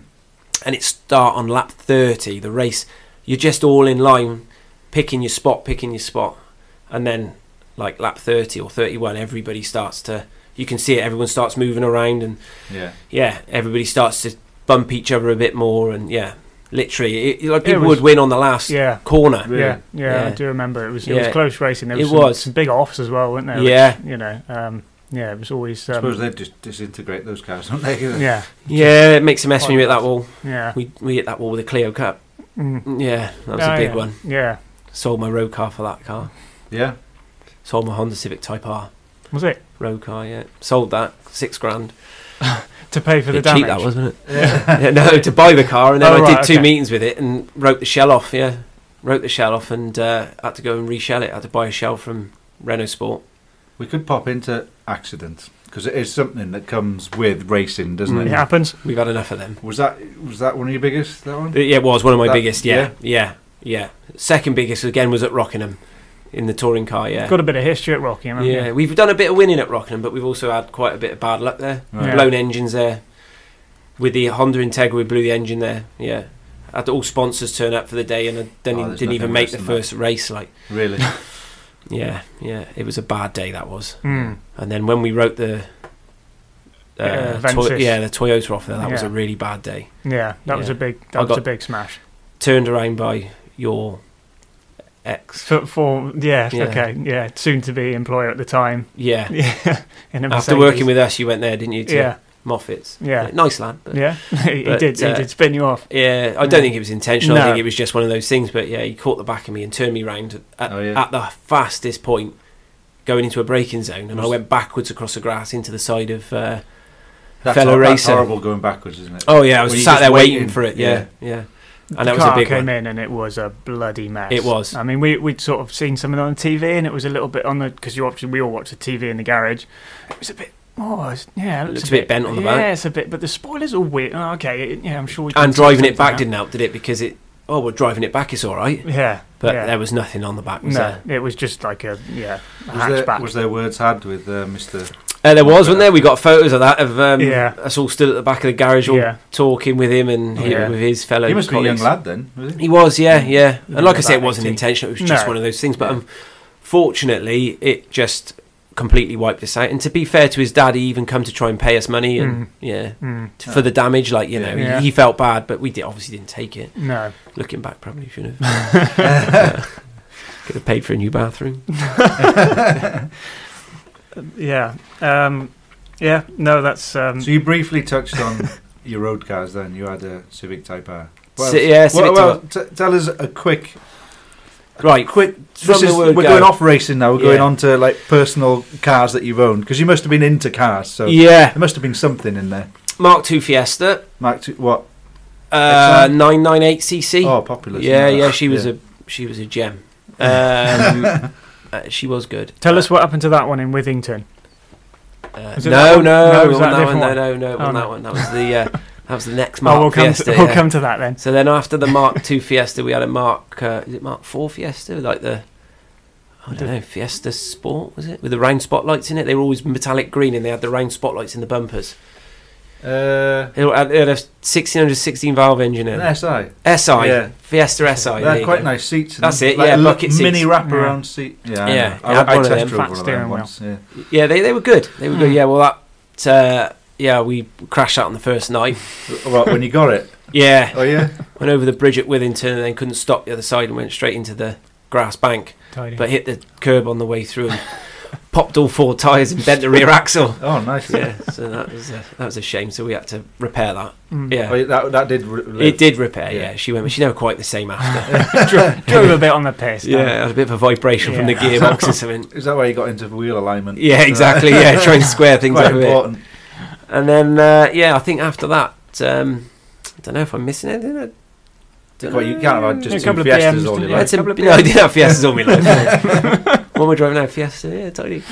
and it start on lap 30 the race you're just all in line picking your spot picking your spot and then like lap 30 or 31 everybody starts to you can see it everyone starts moving around and Yeah. yeah everybody starts to bump each other a bit more and yeah literally it, like Yeah, it people was- would win on the last Yeah. corner Really? Yeah, yeah, I Yeah. do remember it was it was Yeah. close racing. There It was some, was. some big offs as well, weren't there? Yeah. Which, you know, um, yeah, it was always I suppose um, they'd just disintegrate those cars, don't they? yeah, yeah it makes a mess when you hit that wall yeah, we, we hit that wall with a Clio Cup Mm. yeah that was Oh, a big yeah. one Yeah, sold my road car for that car Yeah. sold my Honda Civic Type R was it road car yeah sold that six grand to pay for the Bit damage? cheap that wasn't it Yeah. yeah, [laughs] no, to buy the car, and then Oh, I did right, two okay. meetings with it and wrote the shell off. Yeah, wrote the shell off and uh, had to go and reshell it. had to buy a shell from Renault Sport. we could pop into accidents because it is something that comes with racing, doesn't Mm. It it? happens. We've had enough of them. Was that was that one of your biggest? That one? Uh, Yeah, it was one of my That- biggest. Yeah, yeah, yeah, Second biggest again was at Rockingham in the touring car. Yeah, Got a bit of history at Rocky, haven't yeah. you? We've done a bit of winning at Rockingham, but we've also had quite a bit of bad luck there. Yeah. Blown engines there. With the Honda Integra, we blew the engine there. Yeah. Had all sponsors turn up for the day, and I Oh, didn't, there's didn't even nothing make worse the than first race. Like, Really? yeah, yeah, it was a bad day. That was. Mm. And then when we wrote the uh, Yeah, Toy- Ventus. yeah, the Toyota off there, that was Yeah. a really bad day. yeah, that was Yeah. a big that I was got- a big smash. Turned around by your ex. For, for yeah, Yeah. okay, yeah, soon to be employer at the time. Yeah. [laughs] Yeah, in a After Mercedes. working with us, you went there, didn't you? to- yeah, Moffat's. Yeah. nice lad. But, yeah. Yeah, [laughs] he But, did. uh, he did spin you off. I Yeah. don't think it was intentional. I No. think it was just one of those things. But yeah, he caught the back of me and turned me round at, Oh, yeah. at the fastest point, going into a braking zone, and I Was- went backwards across the grass into the side of. Uh, That's, Fellow hor- that's racer. horrible going backwards, isn't it? oh yeah, I was Well, you sat just there waiting, waiting. for it. Yeah, yeah. the And that was car a big came one. in and it was a bloody mess. It was. I mean, we we'd sort of seen something on TV and it was a little bit on the because you obviously we all watch the TV in the garage. It was a bit. Oh, it's, yeah, it looks, Looks a bit bent on the yeah, back. it's a bit, but the spoilers are weird. Oh, okay, it- yeah, I'm sure. We can And driving it sort back something didn't help, did it? Because it. Oh, we're driving it back. It's all right. out. Yeah, But yeah. there was nothing on the back. Was there? no, it was just like a yeah a Was there, hatchback. was there words had with uh, Mr. Uh, there was, wasn't there? We got photos of that of um, Yeah. us all stood at the back of the garage, all yeah, talking with him and he- Yeah. with his fellow. he must be a young colleagues. lad then, was he? He was, yeah, yeah. And like I About say, it wasn't 18. intentional. It was just No. one of those things. But unfortunately, it just completely wiped us out. And to be fair to his dad, he even come to try and pay us money and Mm. yeah, Mm, t- for the damage. Like you know, he- Yeah. he, felt bad, but we did, obviously didn't take it. no, Looking back, probably should [laughs] have. Uh, Could have paid for a new bathroom. yeah, um, yeah, no. That's um, So you briefly touched on [laughs] your road cars then. You had a Civic Type R. What So, else- yeah, so well, it- well, t- tell us a quick. right. quick. from this is- the we're word go. going off racing now. We're going Yeah. on to like personal cars that you've owned because you must have been into cars. So Yeah, there must have been something in there. Mark II Fiesta, Mark, two, what? uh, Excellent. nine nine eight cc. Oh, popular. yeah, uh, yeah, she was a she was [laughs] a gem. Um, uh, she was good. tell us what happened to that one in Withington. Uh, Was it that no, no, one? No, no, was it wasn't that a that different one, no, no, no, it wasn't Oh, that no. one. That was the uh, that was the next Mark Oh, we'll come. Fiesta. to, we'll yeah. come to that then. So then after the Mark II Fiesta, we had a Mark uh, is it Mark Four Fiesta like the. I The- don't know, Fiesta Sport was it with the round spotlights in it? They were always metallic green, and they had the round spotlights in the bumpers. Uh, They had they had a 1616 valve engine in it. an SI. SI Yeah. Fiesta SI. They there had you quite go. nice seats. in Oh, That's them. it, Like yeah, a lo- bucket seats. mini wrap Yeah. around seat. Yeah, I know. Yeah, it had I, I, one of test them. drove Fat one of steering them wheel. once. Yeah. Yeah, they, they were good. They were good. Hmm. Yeah, well that uh, yeah we crashed out on the first night. Well, when you got [laughs] it. Yeah, Oh yeah. went over the bridge at Withington and then couldn't stop the other side and went straight into the grass bank, Tidy. but hit the curb on the way through and [laughs] popped all four tyres and bent the rear axle. Oh, nice. [laughs] Yeah, so that was a, that was a shame. So we had to repair that. Mm. [laughs] Oh, Yeah, yeah, that that did. re- live. it did repair. Yeah. Yeah, she went, but she never quite the same [laughs] after. drove, drove a bit on the piss. no? yeah, it was a bit of a vibration from the Yeah. gearbox [laughs] or something. Is that why you got into wheel alignment? Yeah, exactly. Yeah, trying to square things Quite up a bit. important. And then, uh, yeah, I think after that, um, I don't know if I'm missing anything. I don't Um, Well, you can't have A just two couple of fiestas BMs, all you didn't Yeah, you? like. it's a, Couple of no, I did have Fiestas all my life. [laughs] yeah. when we're driving out Fiesta, yeah, totally.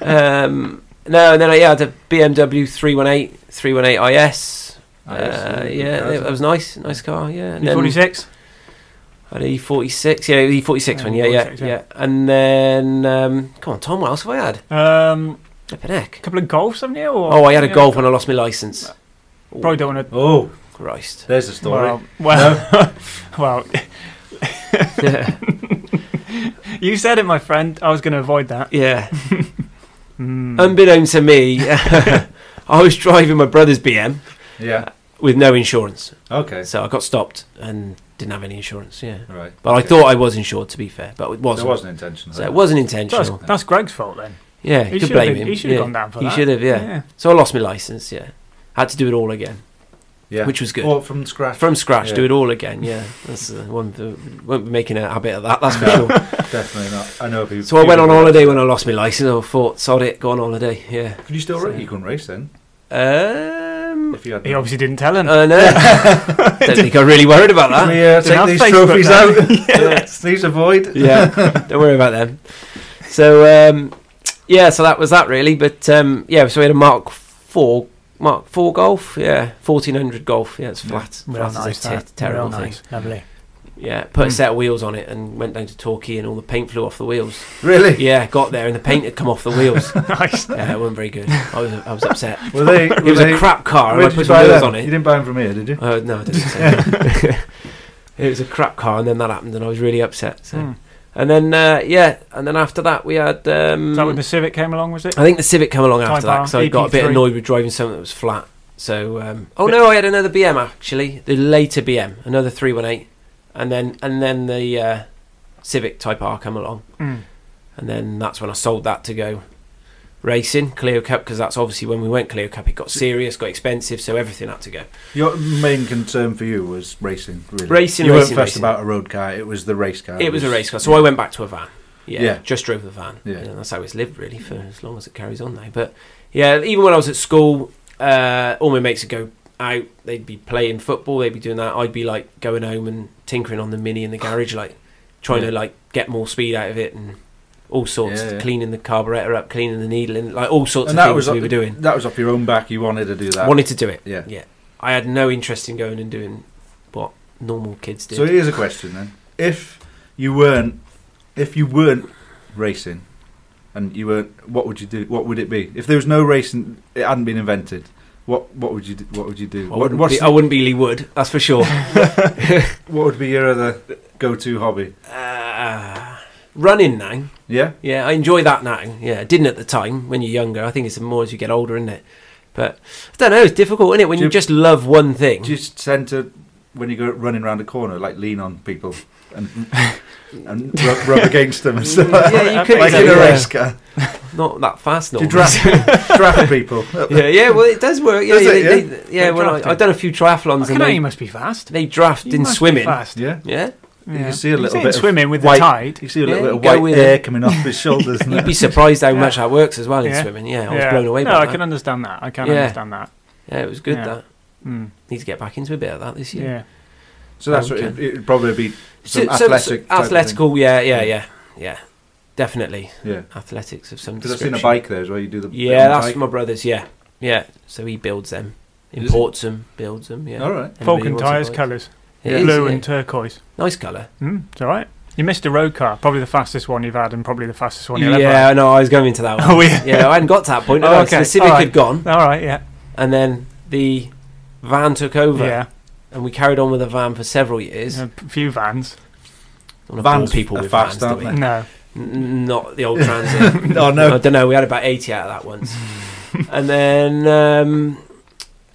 Um, no, and then I, yeah, I had a BMW 318, 318 IS. Oh, Uh, yes, yeah, good that cars. was nice, nice car. Yeah, and You then 46? I had an E46, yeah, E46 Yeah, one, yeah, yeah, E46, yeah. yeah. And then, um, come on, Tom, what else have I had? Um, Flippin' a heck. couple of golfs, haven't you? Or, Oh, I had a yeah. Golf when I lost my license. Probably don't [laughs] want to. Oh, [laughs] Christ. there's the story. [laughs] Well, well, [laughs] well, yeah, you said it, my friend. I was going to avoid that. yeah. [laughs] Mm. Unbeknownst to me, [laughs] I was driving my brother's BM yeah. with no insurance. Okay. So I got stopped and didn't have any insurance, yeah. Right. But I Okay. thought I was insured, to be fair, but it wasn't. There wasn't intention. So it wasn't intentional. that's, that's Greg's fault then. yeah, He you could should have blame been- him. he should have yeah. gone down for He that. should have, yeah. So I lost my license, yeah. Had to do it all again, Yeah. which was good. Or from scratch. From scratch, Yeah. do it all again, yeah. That's uh, one. The, won't be making a habit of that, that's [laughs] for No. sure. Definitely not. I know people. So I went on people- holiday when I lost my license. I thought, sod it, go on holiday, yeah. Could you still So- race? You couldn't race then Um, if you had. He obviously [laughs] didn't tell him. [laughs] I know. don't think I really worried about Can that. we uh, Didn't have take these Facebook trophies then. out? [laughs] [laughs] These avoid. yeah, [laughs] don't worry about them. So um, yeah, so that was that really. But um, yeah, so we had a Mark Four, Mark Four Golf, yeah, fourteen hundred Golf, yeah, it's Yeah. flat, Real flat nice, is a that. te- terrible Real thing. nice. Lovely. Yeah, put a Mm. set of wheels on it and went down to Torquay, and all the paint flew off the wheels. Really? Yeah, got there and the paint had come off [laughs] the [laughs] wheels. nice. Yeah, that wasn't very good. I was I was upset. Were they? It was a crap car. and I put some wheels on You it. didn't buy them from here, did you? Oh no, [laughs] I didn't. So. it was a crap car, and then that happened, and I was really upset. So. Hmm. Mm. And then uh, yeah, and then after that we had. Um, Is that when the Civic came along, was it? I think the Civic came along Type after that R, so I got a bit EP3. annoyed with driving something that was flat. So um, oh no, I had another BM actually, the later BM, another three one eight, and then and then the uh, Civic Type R came along, Mm. and then that's when I sold that to go racing, Clio Cup, because that's obviously when we went Clio Cup, it got serious, got expensive, so everything had to go. Your main concern for you was racing, really. Racing, You racing, weren't fussed racing. about a road car. It was the race car. It was a race car, so I went back to a van. Yeah, Yeah. just drove the van. Yeah. and that's how it's lived really for as long as it carries on now. But yeah, even when I was at school, uh, all my mates would go out. They'd be playing football. They'd be doing that. I'd be like going home and tinkering on the mini in the garage, like trying Yeah. to like get more speed out of it and all sorts, Yeah, yeah. cleaning the carburetor up, cleaning the needle, and like all sorts And of that things was we were doing. That was off your own back. You wanted to do that. Wanted to do it. yeah. I had no interest in going and doing what normal kids did. So here's a question then: If you weren't, if you weren't racing, and you weren't, what would you do? What would it be? If there was no racing, it hadn't been invented. What what would you do? What would you do? I What, wouldn't, what's be, I the- wouldn't be Lee Wood, that's for sure. [laughs] what would be your other go-to hobby? uh, running now. Yeah, Yeah, I enjoy that now. Yeah, I didn't at the time when you're younger. I think it's more as you get older, isn't it? But I don't know. It's difficult, isn't it, when Do you you- just love one thing? do you tend to when you go running around a corner, like lean on people [laughs] and and rub, rub against them and stuff? Mm, yeah, you could Like do, in a yeah. race car, Not that fast, do you normally. draft, draft people? [laughs] yeah, yeah. Well, it does work. Yeah, Does yeah, it, they- they- yeah, They well, draft I, I've it. done a few Fucking triathlons, and hell, they, Oh, you must be fast. they draft You in must be swimming. fast. Yeah, [laughs] Yeah, You can see a little in bit of swimming with white- the tide. you see a Yeah, little you bit go of white with hair it. coming off his shoulders. [laughs] and you'd that. be surprised how Yeah. much that works as well in Yeah. swimming. Yeah, I was Yeah. blown away No, by I that. can understand that. I can Yeah. understand that. Yeah, it was good. Yeah. That Mm. need to get back into a bit of that this year. Yeah. So that's what Okay. it, it'd probably be. Some athletic type of thing. athletical. Yeah, yeah, Yeah. yeah, yeah. Definitely Yeah, athletics of some. because I've seen a description. bike there as well. You do the Yeah, the that's bike. my brother's. Yeah, yeah. So he builds them, Is it? imports them, builds them. Yeah. All right. Everybody Falcon wants a tyres, bike. colours, It is, blue yeah. and turquoise. nice colour. Mm, it's all right. You missed a road car, probably the fastest one you've had, and probably the fastest one you'll ever. Yeah, I know. I was going into that [laughs] one. Oh yeah. yeah, I hadn't got to that point. Oh, no, okay, So the Civic all right. had gone, All right. Yeah. and then the van took over, Yeah. and we carried on with the van for several years. A few vans. Don't wanna Vans bore people are with fast, vans, aren't do we? Yeah. No. N- n- Not the old [laughs] transit. Oh, no. I don't know. We had about eighty out of that once, and then um,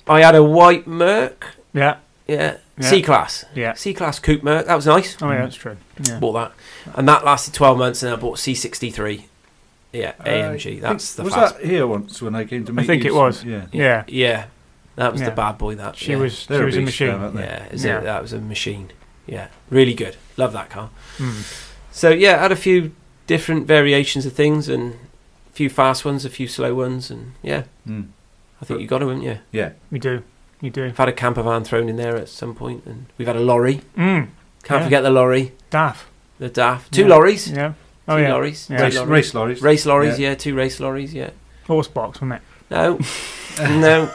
I had a white Merc. Yeah. Yeah, Yeah. C class. Yeah. C class coupe Merc. That was nice. Oh yeah, that's true. Yeah. bought that, and that lasted 12 months, and I bought C63. Yeah, Uh, AMG. That's the was fast. that here once when I came to meet. think you? it was. Yeah, Yeah. Yeah, that was Yeah. the bad boy. That She yeah. was. They're she a was a beast, machine. though, aren't they? Yeah, is Yeah. It, that was a machine. Yeah, really good. Love that car. Mm. So yeah, I had a few different variations of things, and a few fast ones, a few slow ones, and yeah, Mm. I think you got to, haven't you? yeah. You do. You do. We've had a camper van thrown in there at some point, and we've had a lorry. Mm. Can't Yeah. forget the lorry, Daff. the DAF. Two Yeah. lorries. Yeah. Two Oh yeah. lorries. Yeah. Two Race, lorries. race lorries. Race lorries. Yeah. two race lorries. Yeah. Horse box, wasn't it? [laughs] No, no.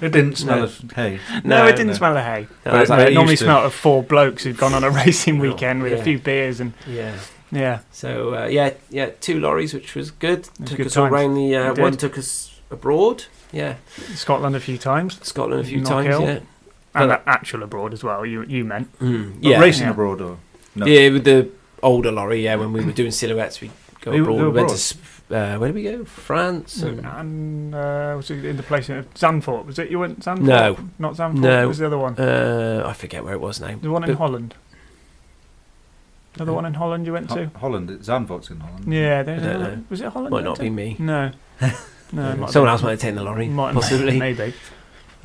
It didn't smell No. of hay. No, it didn't no. smell of hay. No, But I was it like, It normally used to. smelled of four blokes who'd gone on [laughs] a racing Oh, weekend with yeah. a few beers and yeah. yeah. So uh, yeah, yeah, two lorries, which was good. was took good us all times. round the. Uh, It did. one took us abroad. Yeah, Scotland a few times Scotland a few Knock times. Hill. Yeah, and But- that actual abroad as well. You you meant mm, Yeah. yeah, Racing Yeah. abroad or no? yeah. With the older lorry, yeah, when we were doing silhouettes, we go We were- abroad. we We were went abroad. to Sp- uh, where did we go? France. Mm. And, and uh, was it in the place in Zandvoort? Was it you went Zandvoort? No. not Zandvoort. No. What was the other one? uh, I forget where it was now. The one in But- Uh, Holland. Another one in Holland you went Ho- to? Holland. it- Zandvoort's in Holland. Yeah, there's I don't another- know. was it Holland? Might you not be went me. to? [laughs] No, no. it might Someone be- else might have taken the lorry, might- possibly. Maybe.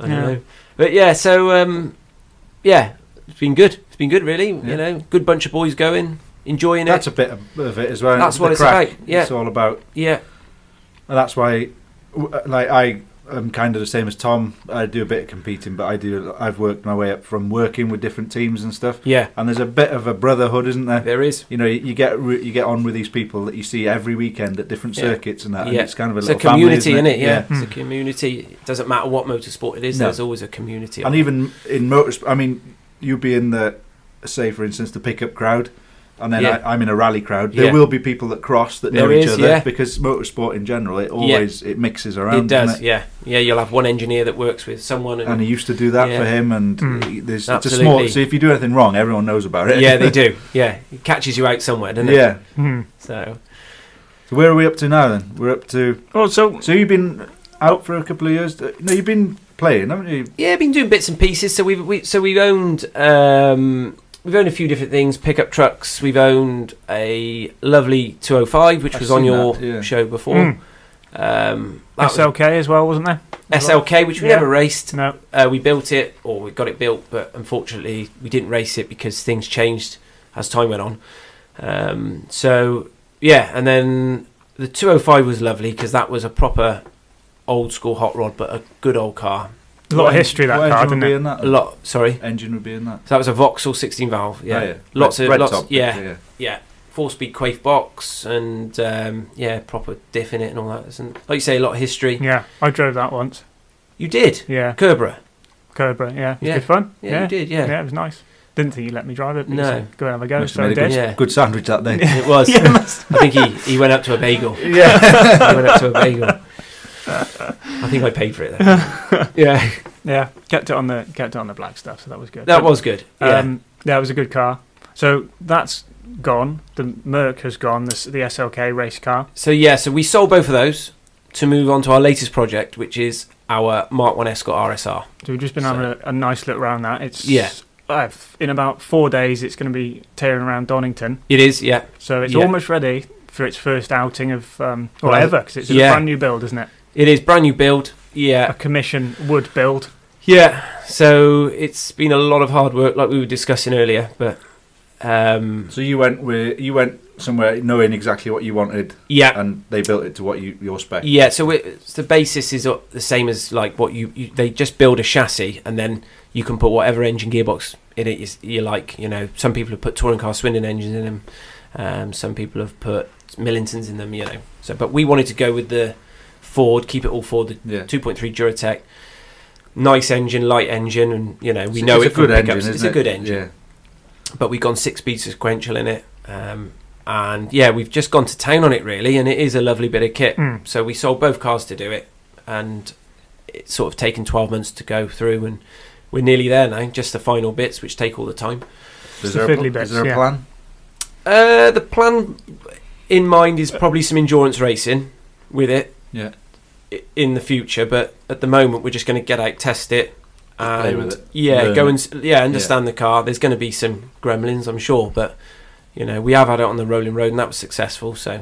I don't Yeah. know. But yeah, so um, yeah, it's been good. It's been good, really. Yeah. You know, good bunch of boys going, enjoying That's it. a bit of, of it as well. That's the what it's crack. about, yeah. It's all about yeah, And that's why, w- uh, like, I am kind of the same as Tom. I do a bit of competing, but I do. I've worked my way up from working with different teams and stuff. yeah. And there's a bit of a brotherhood, isn't there? There is. You know, you, you get re- you get on with these people that you see every weekend at different Yeah. circuits and that. And Yeah. it's kind of a It's a little family, community, isn't it? Yeah, Yeah. it's a community. It doesn't matter what motorsport it is. No. There's always a community. And of it. even in motorsport, I mean, you be in the, say, for instance, the pickup crowd. And then Yeah. I, I'm in a rally crowd. There Yeah. will be people that cross that know There each is, other yeah. because motorsport in general, it always it mixes around. it does. doesn't Yeah, yeah. You'll have one engineer that works with someone, and, and he used to do that Yeah. Hmm. for him. And Mm. he- there's Absolutely. it's a small. So if you do anything wrong, everyone knows about it. [laughs] yeah, they do. Yeah, it catches you out somewhere, doesn't it? yeah. Hmm. So So where are we up to now? Then we're up to. Well, Oh, so So you've been out for a couple of years. Uh, No, you've been playing, haven't you? yeah, been doing bits and pieces. So we've we, so we've owned um, we've owned a few different things. Pickup trucks. We've owned a lovely 205, which I've was on seen your that, yeah. show before. mm, Um, that was- SLK as well, wasn't there? SLK, which we Yeah. never raced. No. Uh, we built it, or we got it built, but unfortunately we didn't race it because things changed as time went on. Um, so yeah, and then the 205 was lovely because that was a proper old school hot rod, but a good old car. A lot of history that what car, didn't engine would be it? in that? A lot. Sorry, Engine would be in that. so that was a Vauxhall 16 valve. Yeah, Oh, yeah. lots Red- of red lots. top, yeah, yeah. yeah, four speed quafe box and um, yeah, proper diff in it and all that. And like you say, a lot of history. Yeah, I drove that once. You did Yeah, [laughs] Cobra. Cobra. Yeah, it was Yeah. good fun. Yeah, you did. yeah. Yeah, it was nice. Didn't think you let me drive it. but you No. said, go and have a go. Must So have I made a did. good, Yeah. good sandwich [laughs] that day. it was. I think he, he went up to a bagel. Yeah. [laughs] [laughs] he went uh, up to a bagel. I think I paid for it. Then. [laughs] yeah, Yeah, kept it on the kept it on the black stuff, so that was good. that was good. Yeah. Um, yeah, it was a good car. So that's gone. The Merc has gone. The, s- the SLK race car. so yeah, so we sold both of those to move on to our latest project, which is our Mark One Escort RSR. So we've just been So- having a, a nice look round that. It's Yeah. I've, in about four days, it's going to be tearing around Donington. It is, yeah, So it's Yeah. almost ready for its first outing of um, or Well, ever because it's a yeah. brand new build, isn't it? it is brand new build. A Yeah, commission wood build. yeah. So it's been a lot of hard work, like we were discussing earlier. But um, so you went with you went somewhere knowing exactly what you wanted, yeah, and they built it to what you your spec. Yeah, so it, so the basis is uh, the same as like what you, you they just build a chassis and then you can put whatever engine gearbox in it is- you like. You know, some people have put touring car Swindon engines in them, um, some people have put Millingtons in them. You know, so but we wanted to go with the Ford, keep it all Ford, the Yeah. 2.3 Duratec, nice engine, light engine, and you know It's- we know it's it a from good engine. pickups. Isn't It's it? a good engine Yeah. but we've gone six speed sequential in it. Um, and yeah, we've just gone to town on it really, and it is a lovely bit of kit. Mm. So we sold both cars to do it, and it's sort of taken 12 months to go through, and we're nearly there now, just the final bits, which take all the time. Is the there, a, pl- fiddly is bits, there a yeah. plan? Uh, the plan in mind is probably some endurance racing with it Yeah. i- in the future, but at the moment we're just going to get out, test it, and play with it. yeah, Learn go it. and s- yeah, understand the car. There's going to be some gremlins, I'm sure, but you know we have had it on the rolling road and that was successful. So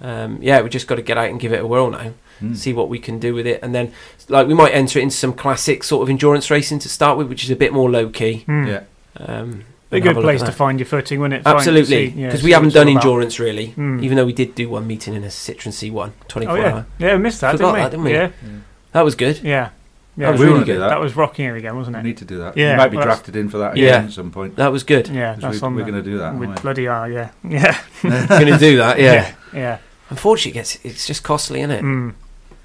um, yeah, we just got to get out and give it a whirl now, Hmm. see what we can do with it, and then like we might enter it into some classic sort of endurance racing to start with, which is a bit more low key. Mm. Yeah. Um, A and good have look place at to that. find your footing, wouldn't it? Find- Absolutely, see- yeah, because see we what haven't it's all done about. endurance really. Mm. Even though we did do one meeting in a Citroen C1, 24 Oh yeah, hour. yeah, we missed that, Forgot didn't we? that, didn't we? Yeah, Yeah. That was good. yeah, yeah. That was we really wanna do good. That. That was rocking here again, wasn't we it? need to do that. Yeah, you might be well, that's- drafted in for that Yeah. again at some point. That [laughs] was good. Yeah, 'cause that's we, on. we're the- going to do that. we aren't we? bloody are, yeah, [laughs] yeah, Going to do that, yeah. yeah. Unfortunately, it's, it's just costly, isn't it? Mm.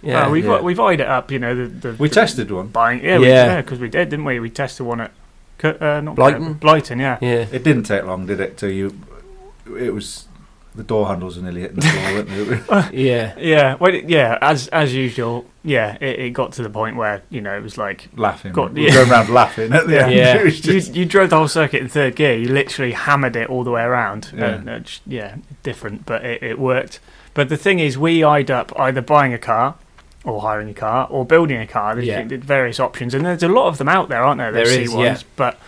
Yeah. Uh, we've Yeah. we've eyed it up, you know. The, the We the tested one. buying, yeah, we- Yeah. yeah, because we did, didn't we? We tested one at Co- uh, not Blyton? Co- Blyton, yeah. [laughs] yeah. It didn't take long, did it? Till you, it was the door handles were nearly hitting the floor, weren't they? Yeah. Yeah, well, it- yeah, as as usual, yeah, it, it got to the point where you know it was like [laughs] laughing. Got- we were yeah. going around laughing at the end. [laughs] Yeah. It was you, just, you drove the whole circuit in third gear. You literally hammered it all the way around. Yeah. and, uh, j- yeah different, but it, it worked. But the thing is, we eyed up either buying a car, or hiring a car, or building a car. There's Yeah. there's various options, and there's a lot of them out there, aren't there? those There is, C1s? yeah. But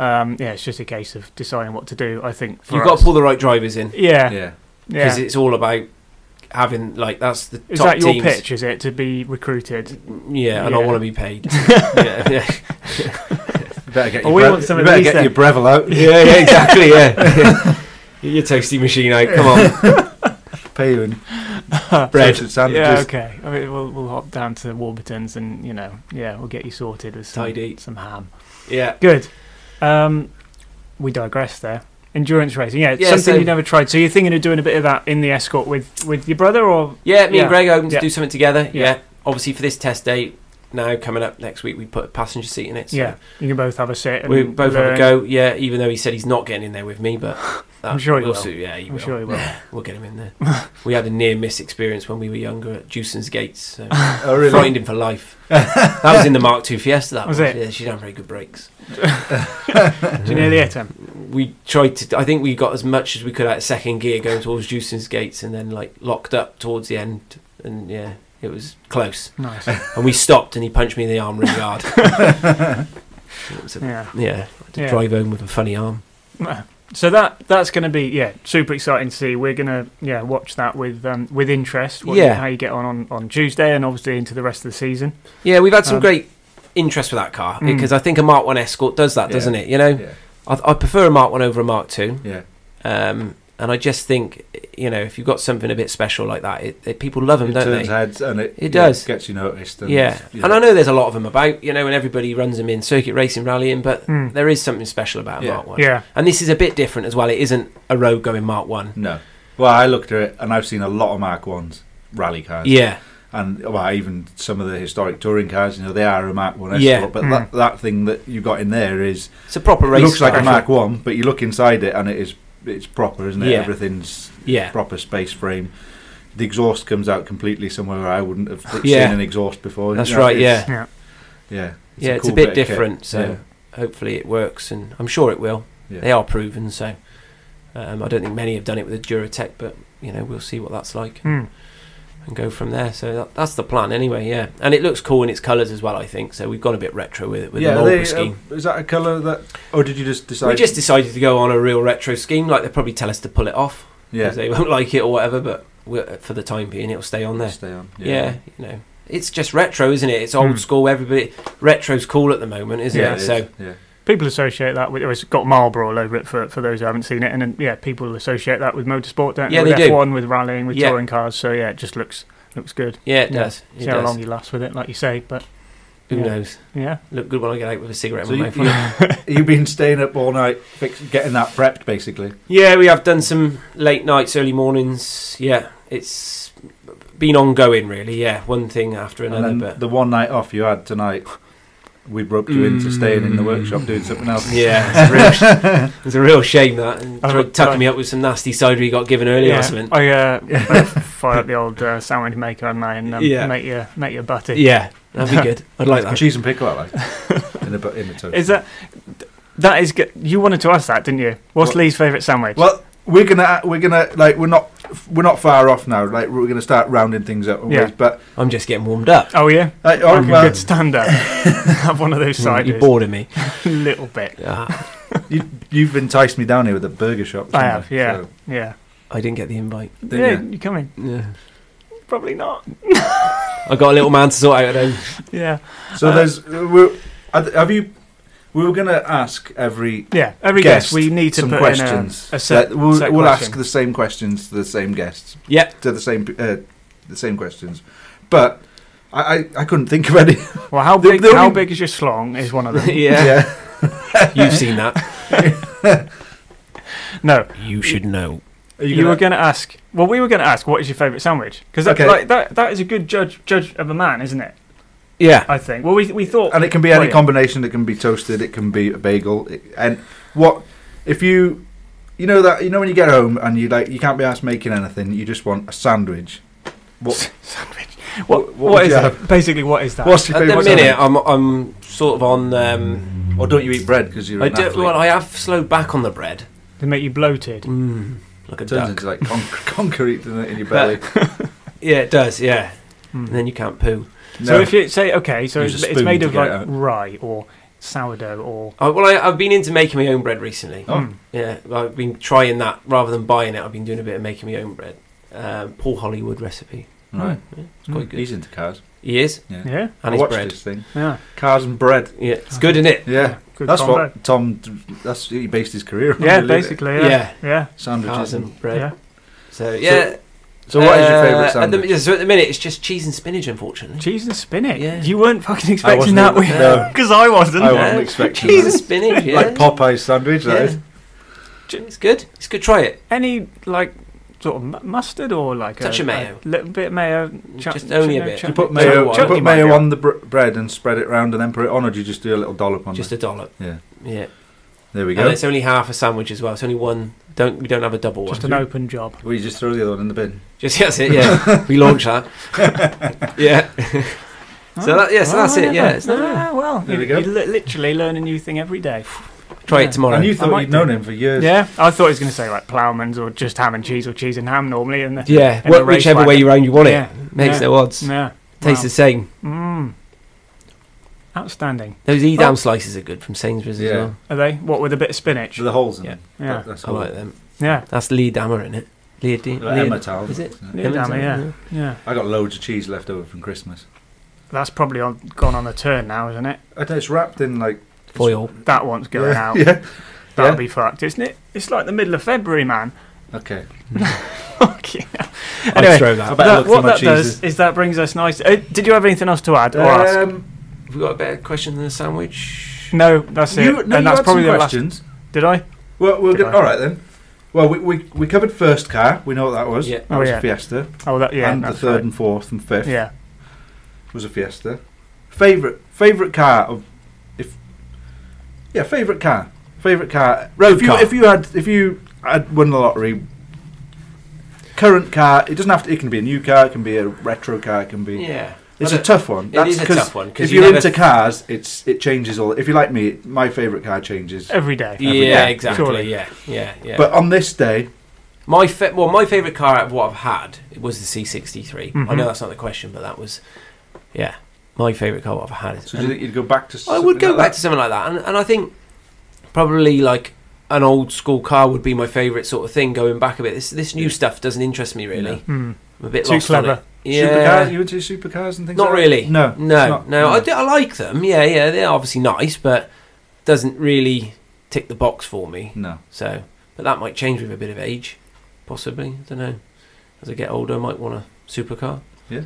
um, yeah, it's just a case of deciding what to do. I think for You've got us. to pull the right drivers in [laughs] yeah, yeah. yeah. because it's all about having, like, that's the Is top that your teams. pitch? Is it to be [laughs] recruited? Yeah, and I Yeah. want to [laughs] be paid. yeah, yeah. You better get Oh, your, we Bre- want some you of better these get then. your Breville out. yeah, yeah, exactly, yeah. [laughs] Get Your toasty machine out, [laughs] come on. Pay you in Bread. sausage sandwiches. [laughs] Yeah, okay. I mean, we'll we'll hop down to Warburton's and you know, yeah, we'll get you sorted with some, Tidy. some ham. Yeah. Good. Um, we digress there. Endurance racing, yeah, it's Yeah, something so- you've never tried. So you're thinking of doing a bit of that in the escort with with your brother, or Yeah, me Yeah. and Greg are hoping to Yeah. do something together. Yeah. Yeah. Obviously, for this test date, now coming up next week, we put a passenger seat in it. So yeah, you can both have a sit. And We both have a learn. go, yeah, even though he said he's not getting in there with [laughs] me, but that I'm sure he we'll will. see- yeah, he I'm will. sure he will. We'll get him [laughs] in there. we had a near miss experience when we were younger at Jewson's Gates. [laughs] So Oh, really? frightened him for life. that was in the Mark II Fiesta. That Was was, it? Yeah, she didn't have very good brakes. Do you nearly hit [laughs] him? We tried to. I think we got as much as we could out of second gear going towards Jewson's Gates, and then like locked up towards the end. And yeah, it was close. Nice. And we stopped, and he punched me in the arm [laughs] really hard. [laughs] It was a- Yeah. yeah, I had to Yeah. drive home with a funny arm. [laughs] so that that's going to be yeah super exciting to see. We're going to yeah watch that with um, with interest. What, Yeah. how you get on, on on Tuesday and obviously into the rest of the season. Yeah, we've had some Um, great interest with that car Mm. because I think a Mark One Escort does that, Yeah. doesn't it? You know, Yeah. I, I prefer a Mark One over a Mark Two, Yeah. um, and I just think you know if you've got something a bit special like that, it, it, people love them, it don't turns they? heads and it, It yeah, does. gets you noticed. And, yeah. and I know there's a lot of them about, you know, and everybody runs them in circuit racing, rallying, but Hmm. there is something special Mm. about a Yeah. Mark One. Yeah, And this is a bit different as well. It isn't a road going Mark One. No. Well, I looked at it and I've seen a lot of Mark Ones rally cars. Yeah, And well, even some of the historic touring cars. You know, they are a Mark One. Yeah. Escort, but Mm. that, that thing that you got in there is it's a proper race. it looks like car. a Mark One, but you look inside it and it is it's proper, isn't it? Yeah. Everything's Yeah, proper space frame. The exhaust comes out completely somewhere where I wouldn't have seen [laughs] Yeah. an exhaust before. That's You know, right, it's- yeah. Yeah. yeah, it's cool a bit bit of kit. different. So Yeah. hopefully it works, and I'm sure it will. Yeah. They are proven, so um, I don't think many have done it with a Duratec, but you know we'll see what that's like Hmm. and go from there. So that, that's the plan, anyway. Yeah, and it looks cool in its colours as well. I think so. We've gone a bit retro with it with the yeah, Marlboro they, scheme. uh, is that a colour that, or did you just decide? we just decided to go on a real retro scheme. Like they probably tell us to pull it off yeah, because they [laughs] won't like it or whatever. But we're, for the time being, it'll stay on there. stay on. Yeah. you know, it's just retro, isn't it? It's old Hmm. school. Everybody retro's cool at the moment, isn't Yeah, it? it is, so yeah. People associate that with oh, it's got Marlboro all over it for for those who haven't seen it, and then yeah, people associate that with motorsport, don't Yeah, they? with they do. F1, with rallying, with Yeah. touring cars. So yeah, it just looks looks good. yeah, it Yeah. does. It See how does. long you last with it, like you say. But Who Yeah. knows? yeah, Look good when I get out with a cigarette So in you, my mouth. [laughs] you, have been staying up all night fix, getting that prepped, basically. Yeah, we have done some late nights, early mornings. Yeah, it's been ongoing, really. Yeah, one thing after And another. then but the one night off you had tonight, we roped you into staying in the Mm. workshop doing something else. yeah, [laughs] it's a real, sh- it's a real shame that. And Oh, I've tried got- tucking me up with some nasty cider he got given earlier or something. I uh, I fire up the old uh, sandwich maker and I and um, Yeah. make your make your butty. Yeah, [laughs] that'd be good. I'd like that. Cheese and pickle, I like. in a, bu- in a [laughs] toast. Is that that is good? You wanted to ask that, didn't you? What's What? Lee's favourite sandwich? Well, we're gonna we're gonna like we're not we're not far off now. Like we're gonna start rounding things up. Yeah. But I'm just getting warmed up. oh yeah, like, oh, oh, like a well, good stand [laughs] up. [laughs] Have one of those You're ciders. bored of me. a little bit. Ah, you, you've enticed me down here with a burger shop. I haven't have, you? yeah. So, Yeah, I didn't get the invite. then, yeah, yeah. you come in. Yeah. Probably not. I got a little man to sort out at home. Yeah, So Uh, there's we're, have you? We were gonna ask every yeah. Every guest, Guest, we need to some put questions. in a, a set. that we'll set we'll question. ask the same questions to the same guests. Yeah. To the same uh, the same questions, but I, I, I couldn't think of any. Well, how The- big? the how only- big is your slong? Is one of [laughs] them. yeah. You've seen that. No, You should know. Are you, gonna- were going to ask. Well, we were going to ask, what is your favourite sandwich? Because that, Okay. like, that that is a good judge judge of a man, isn't it? Yeah. I think. Well, we we thought. [laughs] and it can be any Wait. combination. It can be toasted. It can be a bagel. It, and what if you, you know that you know when you get home and you like you can't be asked making anything. You just want a sandwich. [laughs] What? sandwich. What, What- what what would is you that? Basically, what is that? What's your At the favourite minute, sandwich? I'm I'm sort of on. Um, Or don't you eat bread because you're I an do, athlete? well, I have slowed back on the bread. They make you bloated. Mm, like a it turns duck. into like con- concrete doesn't it, in your belly. Yeah, it does. Yeah, Mm. and then you can't poo. So if you say okay, so Use it's, a it's spoon made to of get it like out. rye or sourdough or. I, well, I, I've been into making my own bread recently. Oh. Mm. Yeah, I've been trying that rather than buying it. I've been doing a bit of making my own bread. Um, Paul Hollywood recipe. right, Yeah, it's quite good. he's into cars. He is, Yeah, Mm. I and his watched bread. this thing. yeah. Cars and bread. Yeah, it's good, isn't it? Yeah, Good that's combo. what Tom. That's he based his career on. Yeah, really, didn't he? basically. Yeah. Yeah, Yeah. Sandwiches. cars And, and bread. yeah. So yeah. so what is your uh, favourite at the- sandwich? so at the minute, it's just cheese and spinach, unfortunately. Cheese and spinach. Yeah. You weren't fucking expecting wasn't that, either. were Uh, No. [laughs] Because I wasn't. I Yeah. wasn't expecting cheese and that. spinach. Yeah. Like Popeye's sandwich, that Yeah. is. It's good. It's good. Try it. Any like sort of mu- mustard or like Touch a, of mayo. a little bit of mayo. Chut- just only chutney- a bit. Do you chutney- put Tell you mayo, what, do you chutney put might mayo be on the br- bread and spread it round and then put it on, or do you just do a little dollop on Just there? a dollop. Yeah. Yeah. There we And go. it's only half a sandwich as well. It's only one. Don't we don't have a double Just one. an open job. Well, you just throw the other one in the bin. Just that's it. [laughs] Yeah, we launch that. yeah. so that, yeah, so Oh, that's I it. never- Yeah, it's not ah, well, There you, we go. you li- literally learn a new thing every day. Try Yeah. it tomorrow. And you I thought might you'd known do. him for years. Yeah, I thought he was going to say like ploughman's or just ham and cheese or cheese and ham normally, and the, yeah, and wh- the race whichever way wagon. you round you want it, Yeah, makes yeah. no odds. yeah, Tastes the same. Wow. Mm. Outstanding. Those Edam Oh. slices are good from Sainsbury's Yeah. as well. Are they? What with a bit of spinach? The holes in Yeah. them. Yeah. That- that's I all. like them. Yeah. That's Lee Dammer in it. Lee, Lee, Like Emma Town. is it? Yeah, Emma's damn it, in yeah. it, Yeah. I got loads of cheese left over from Christmas. That's probably on, gone on the turn now, isn't it? I don't- It's wrapped in like Foil. That one's going yeah, out. [laughs] Yeah. That'll yeah. be fucked, isn't it? It's like the middle of February, man. Okay. Fuck yeah. I'd Anyway, throw I better that. that, look what for my that cheeses. does is that brings us nice. Uh, did you have anything else to add or ask? Um, Have we got a better question than a sandwich? No, that's you, it. no, and you that's had probably some the last. questions. Did I? Well, we'll Did get, I? all right then. Well, we, we, we covered first car. We know what that was. Yeah. That Oh, was yeah. a Fiesta. Oh, that yeah. and the that's third right. and fourth and fifth Yeah. was a Fiesta. Favorite favorite car of if yeah favorite car favorite car road if you, car. If you had if you had won the lottery, current car it doesn't have to. It can be a new car. It can be a retro car. It can be. Yeah. It's Well, a tough one. It is a 'cause tough one because If you're into cars, it's it changes all. If you like me, my favorite car changes. Every day. Yeah, every day. exactly. Surely. Yeah, yeah, yeah. But on this day, My fa- well, my favorite car out of what I've had was the C63. I Mm-hmm. Mhm. know that's not the question, but that was, yeah, my favorite car I've had. so do you think you'd go back to? Um, I something would go like back that? to something like that, and, and I think probably like an old school car would be my favorite sort of thing. Going back a bit, this this new stuff doesn't interest me really. No. Hmm. I'm a bit Too lost On clever. it. Yeah, Supercar? You into supercars and things? like not that? really. No, no, not- no. I, do, I like them. Yeah, yeah. They're obviously nice, but doesn't really tick the box for me. No. So, but that might change with a bit of age, possibly. I don't know. As I get older, I might want a supercar. Yeah.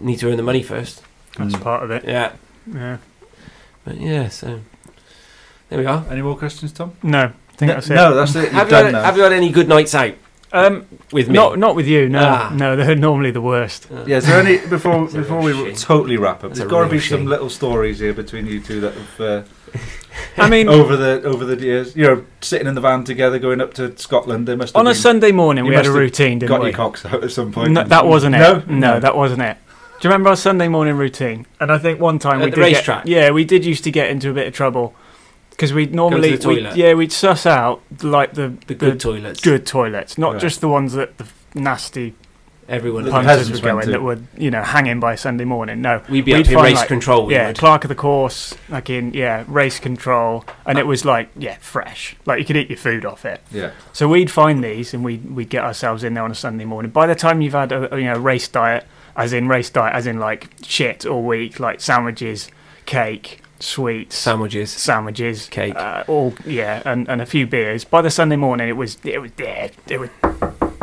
Need to earn the money first. That's Hmm. Mm. part of it. Yeah. Yeah. But yeah, so there we are. Any more questions, Tom? No. I think no, that's it. no, that's it. You've Have you, done had, that. have you had any good nights out Um, with me? not not with you. No, Ah. no. They're normally the worst. Uh, Yeah, is there any before It's a before we real shame. totally wrap up? It's There's a got to real be some shame. little stories here between you two that have [laughs] uh, [laughs] I mean, over the over the years. You know, sitting in the van together, going up to Scotland. They must have on a been- Sunday morning You we had must a have routine, didn't got we? your cocks out at some point. No, that wasn't it. No, no, that wasn't it. Do you remember our Sunday morning routine? And I think one time At we the did get- racetrack? yeah, we did used to get into a bit of trouble because we'd normally the we'd- toilet. yeah we'd suss out like the [laughs] the good toilets. good toilets, not Right. just the ones that the nasty Everyone. The punters peasants were went going to. that were you know hanging by Sunday morning. No, We'd be We'd up in find, race like- control. Oh, we yeah, would. Clark of the course, like in yeah race control, and it was like yeah fresh, like you could eat your food off it. Yeah, So we'd find these and we'd, we'd get ourselves in there on a Sunday morning. By the time you've had a a, you know race diet, as in race diet, as in like shit all week, like sandwiches, cake, sweets, Sandwiches. sandwiches, Cake. uh, all yeah, and, and a few beers. By the Sunday morning, it was it was dead. It was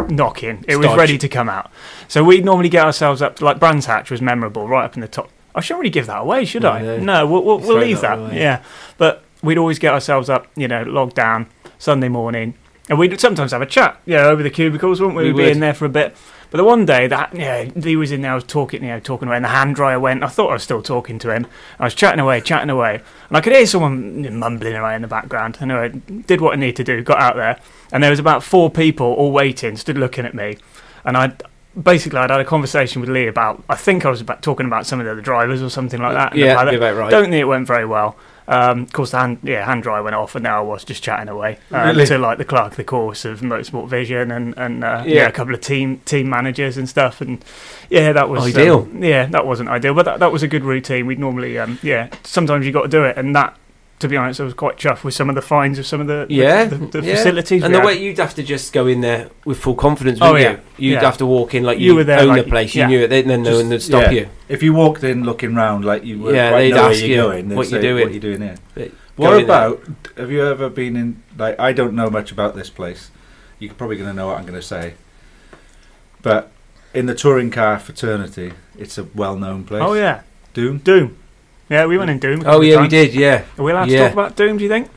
knocking. It was Stodge. ready to come out. So we'd normally get ourselves up like Brands Hatch was memorable, right up in the top. I shouldn't really give that away, should No, I? no. No, we'll, we'll, You we'll throw leave that that. away. Yeah, but we'd always get ourselves up, you know, logged down Sunday morning, and we'd sometimes have a chat, you know, over the cubicles, wouldn't we? We would be would. in there for a bit. But the one day that yeah, Lee was in there, I was talking, you know, talking away, and the hand dryer went. I thought I was still talking to him. I was chatting away, chatting away, and I could hear someone mumbling away in the background. And I did what I needed to do, got out there, and there was about four people all waiting, stood looking at me, and I basically I'd had a conversation with Lee about I think I was about talking about some of the other drivers or something like that. and yeah, about that'd it. be about right. don't think it went very well. Um, of course, the hand, yeah, hand dryer went off, and now I was just chatting away um, Really? to like the clerk of the course of Motorsport Vision and and uh, Yeah. yeah. a couple of team team managers and stuff. And yeah, that was um, Ideal. yeah, that wasn't ideal, but that, that was a good routine. We'd normally um, yeah, sometimes you got to do it, and that. To be honest, I was quite chuffed with some of the fines of some of the the- Yeah, the, the yeah. facilities. we And the had. way you'd have to just go in there with full confidence, Oh, wouldn't yeah. you? You'd Yeah. have to walk in like you, You were there, own like- the place. You yeah. knew it. They'd, then no Just- one would stop yeah. you. if you walked in looking round like you were Yeah, quite they'd know where ask you're you going, they'd what you say, doing. what are you doing here. But go What in there. about have you ever been in like I don't know much about this place. You're probably going to know what I'm going to say, but in the touring car fraternity, it's a well-known place. oh yeah, Doom. Doom. Yeah, we went in Doom. a couple Oh of yeah, we times. did. Yeah, Are we allowed Yeah. to talk about Doom? Do you think?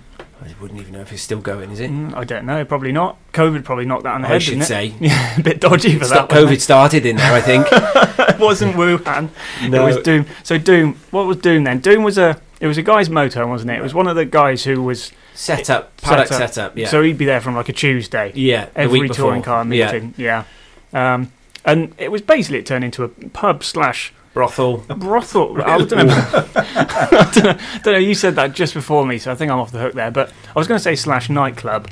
I wouldn't even know if it's still going. Is it? Mm, I don't know. Probably not. COVID probably knocked that on the I head. should didn't it? say. [laughs] Yeah, a bit dodgy for It's that. not wasn't COVID started in there, [laughs] I think. it? It [laughs] wasn't Wuhan. It was Doom. So Doom. What was Doom then? Doom was a. It was a guy's moto, wasn't it? It was one of the guys who was. set up, paddock Set set up. up. yeah, So he'd be there from like a Tuesday. yeah. the every week before. touring car yeah. meeting. Yeah. Um, and it was basically it turned into a pub slash brothel. brothel. I don't know. [laughs] I don't know. don't know. You said that just before me, so I think I'm off the hook there. But I was going to say slash nightclub.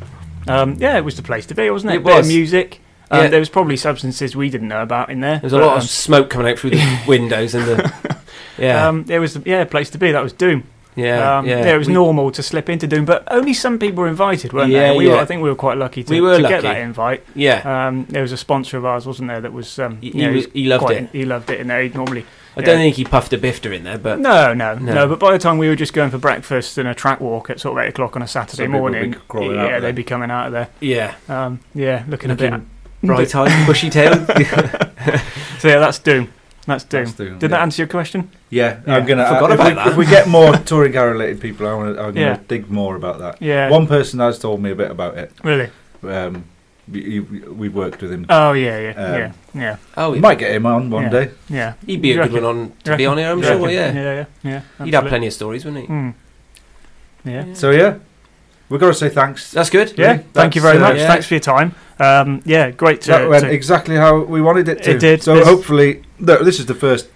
Um, yeah, it was the place to be, wasn't it? It Bit of was. music. Um, Yeah. There was probably substances we didn't know about in there. There's a but, lot um, [laughs] of smoke coming out through the windows and the Yeah. Um, it was yeah place to be. That was Doom. yeah, um, yeah. It was we, normal to slip into Doom, but only some people were invited, weren't Yeah, they? We were, yeah. I think we were quite lucky to, We were to get lucky. that invite. Yeah. Um, there was a sponsor of ours, wasn't there? That was um, He, you he know, was, he's he loved quite- it. He loved it, and they normally I don't yeah. think he puffed a bifter in there, but no, no, No. no, But by the time we were just going for breakfast and a track walk at sort of eight o'clock on a Saturday Some people would be morning, crawling yeah, out of there. they'd be coming out of there. yeah, Um, yeah, looking, a bit. Looking bright eyed, bushy [laughs] [laughs] tailed. So yeah, that's Doom. That's Doom. That's Doom, Did yeah. that answer your question? Yeah, Yeah. I'm gonna. uh, Forgot if, about we, that. if we [laughs] get more touring car related people, I want to. I'm gonna Yeah. dig more about that. Yeah. One person has told me a bit about it. Really? Um, we, we worked with him. Oh yeah, yeah, Um, yeah, yeah, oh, we might get him on one Yeah. day. yeah. he'd be a You good reckon? one on to You be on here. I'm You sure. reckon? Yeah, yeah, yeah, yeah. he'd have absolutely. plenty of stories, wouldn't he? Mm. Yeah. So yeah, we've got to say Uh, thanks. That's good. Mm. Yeah, Really? thank you That's, very uh, much. yeah. Thanks for your time. Um, yeah, great to. that went to- exactly how we wanted it to. It did. So This- hopefully, no, this is the first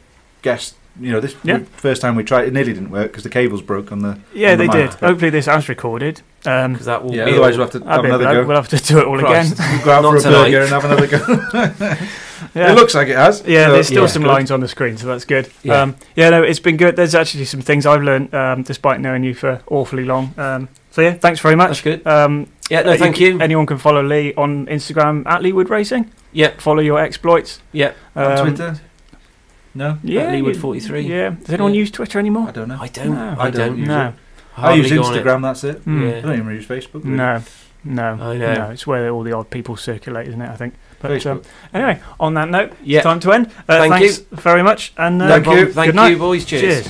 guest. You know, this Yeah. first time we tried. It nearly didn't work because the cables broke on the. yeah, on the they mic, did. but- Hopefully, this has recorded. Um, Because that will Yeah, be. otherwise we'll have to a have bit another bloke. go. We'll have to do it all Christ. [laughs] again. go out Not for a tonight. burger and have another go. [laughs] Yeah. It looks like it has. yeah, So there's still yeah, some good. lines on the screen, so that's good. Yeah. Yeah. Um, yeah, no, it's been good. There's actually some things I've learned, um, despite knowing you for awfully long. Um, so yeah, thanks very That's much. good. Um, Yeah, no, uh, thank you. Anyone can follow Lee on Instagram at Leewood Racing. Yep. Follow your exploits. Yep. Um, On Twitter. No, Yeah, At you- Leewood43. Yeah. Does anyone Yeah. use Twitter anymore? I don't know. I don't. No, I I don't. don't use No. I hardly use go on it. Instagram. That's it. Mm. I Yeah. don't even use Facebook. really. No, no, I know. no. It's where all the odd people circulate, isn't it? I think. But Facebook. um, anyway, on that note, Yeah. time to end. Uh, Thank thanks very much, and uh, No Thank problem. you. Thank Good night. you, boys. Cheers.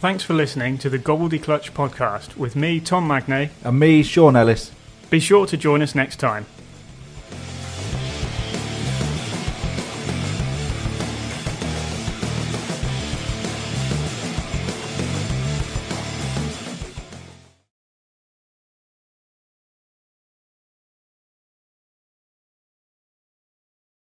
Thanks for listening to the Gobbledy Clutch podcast with me, Tom Magnay. And me, Sean Ellis. Be sure to join us next time.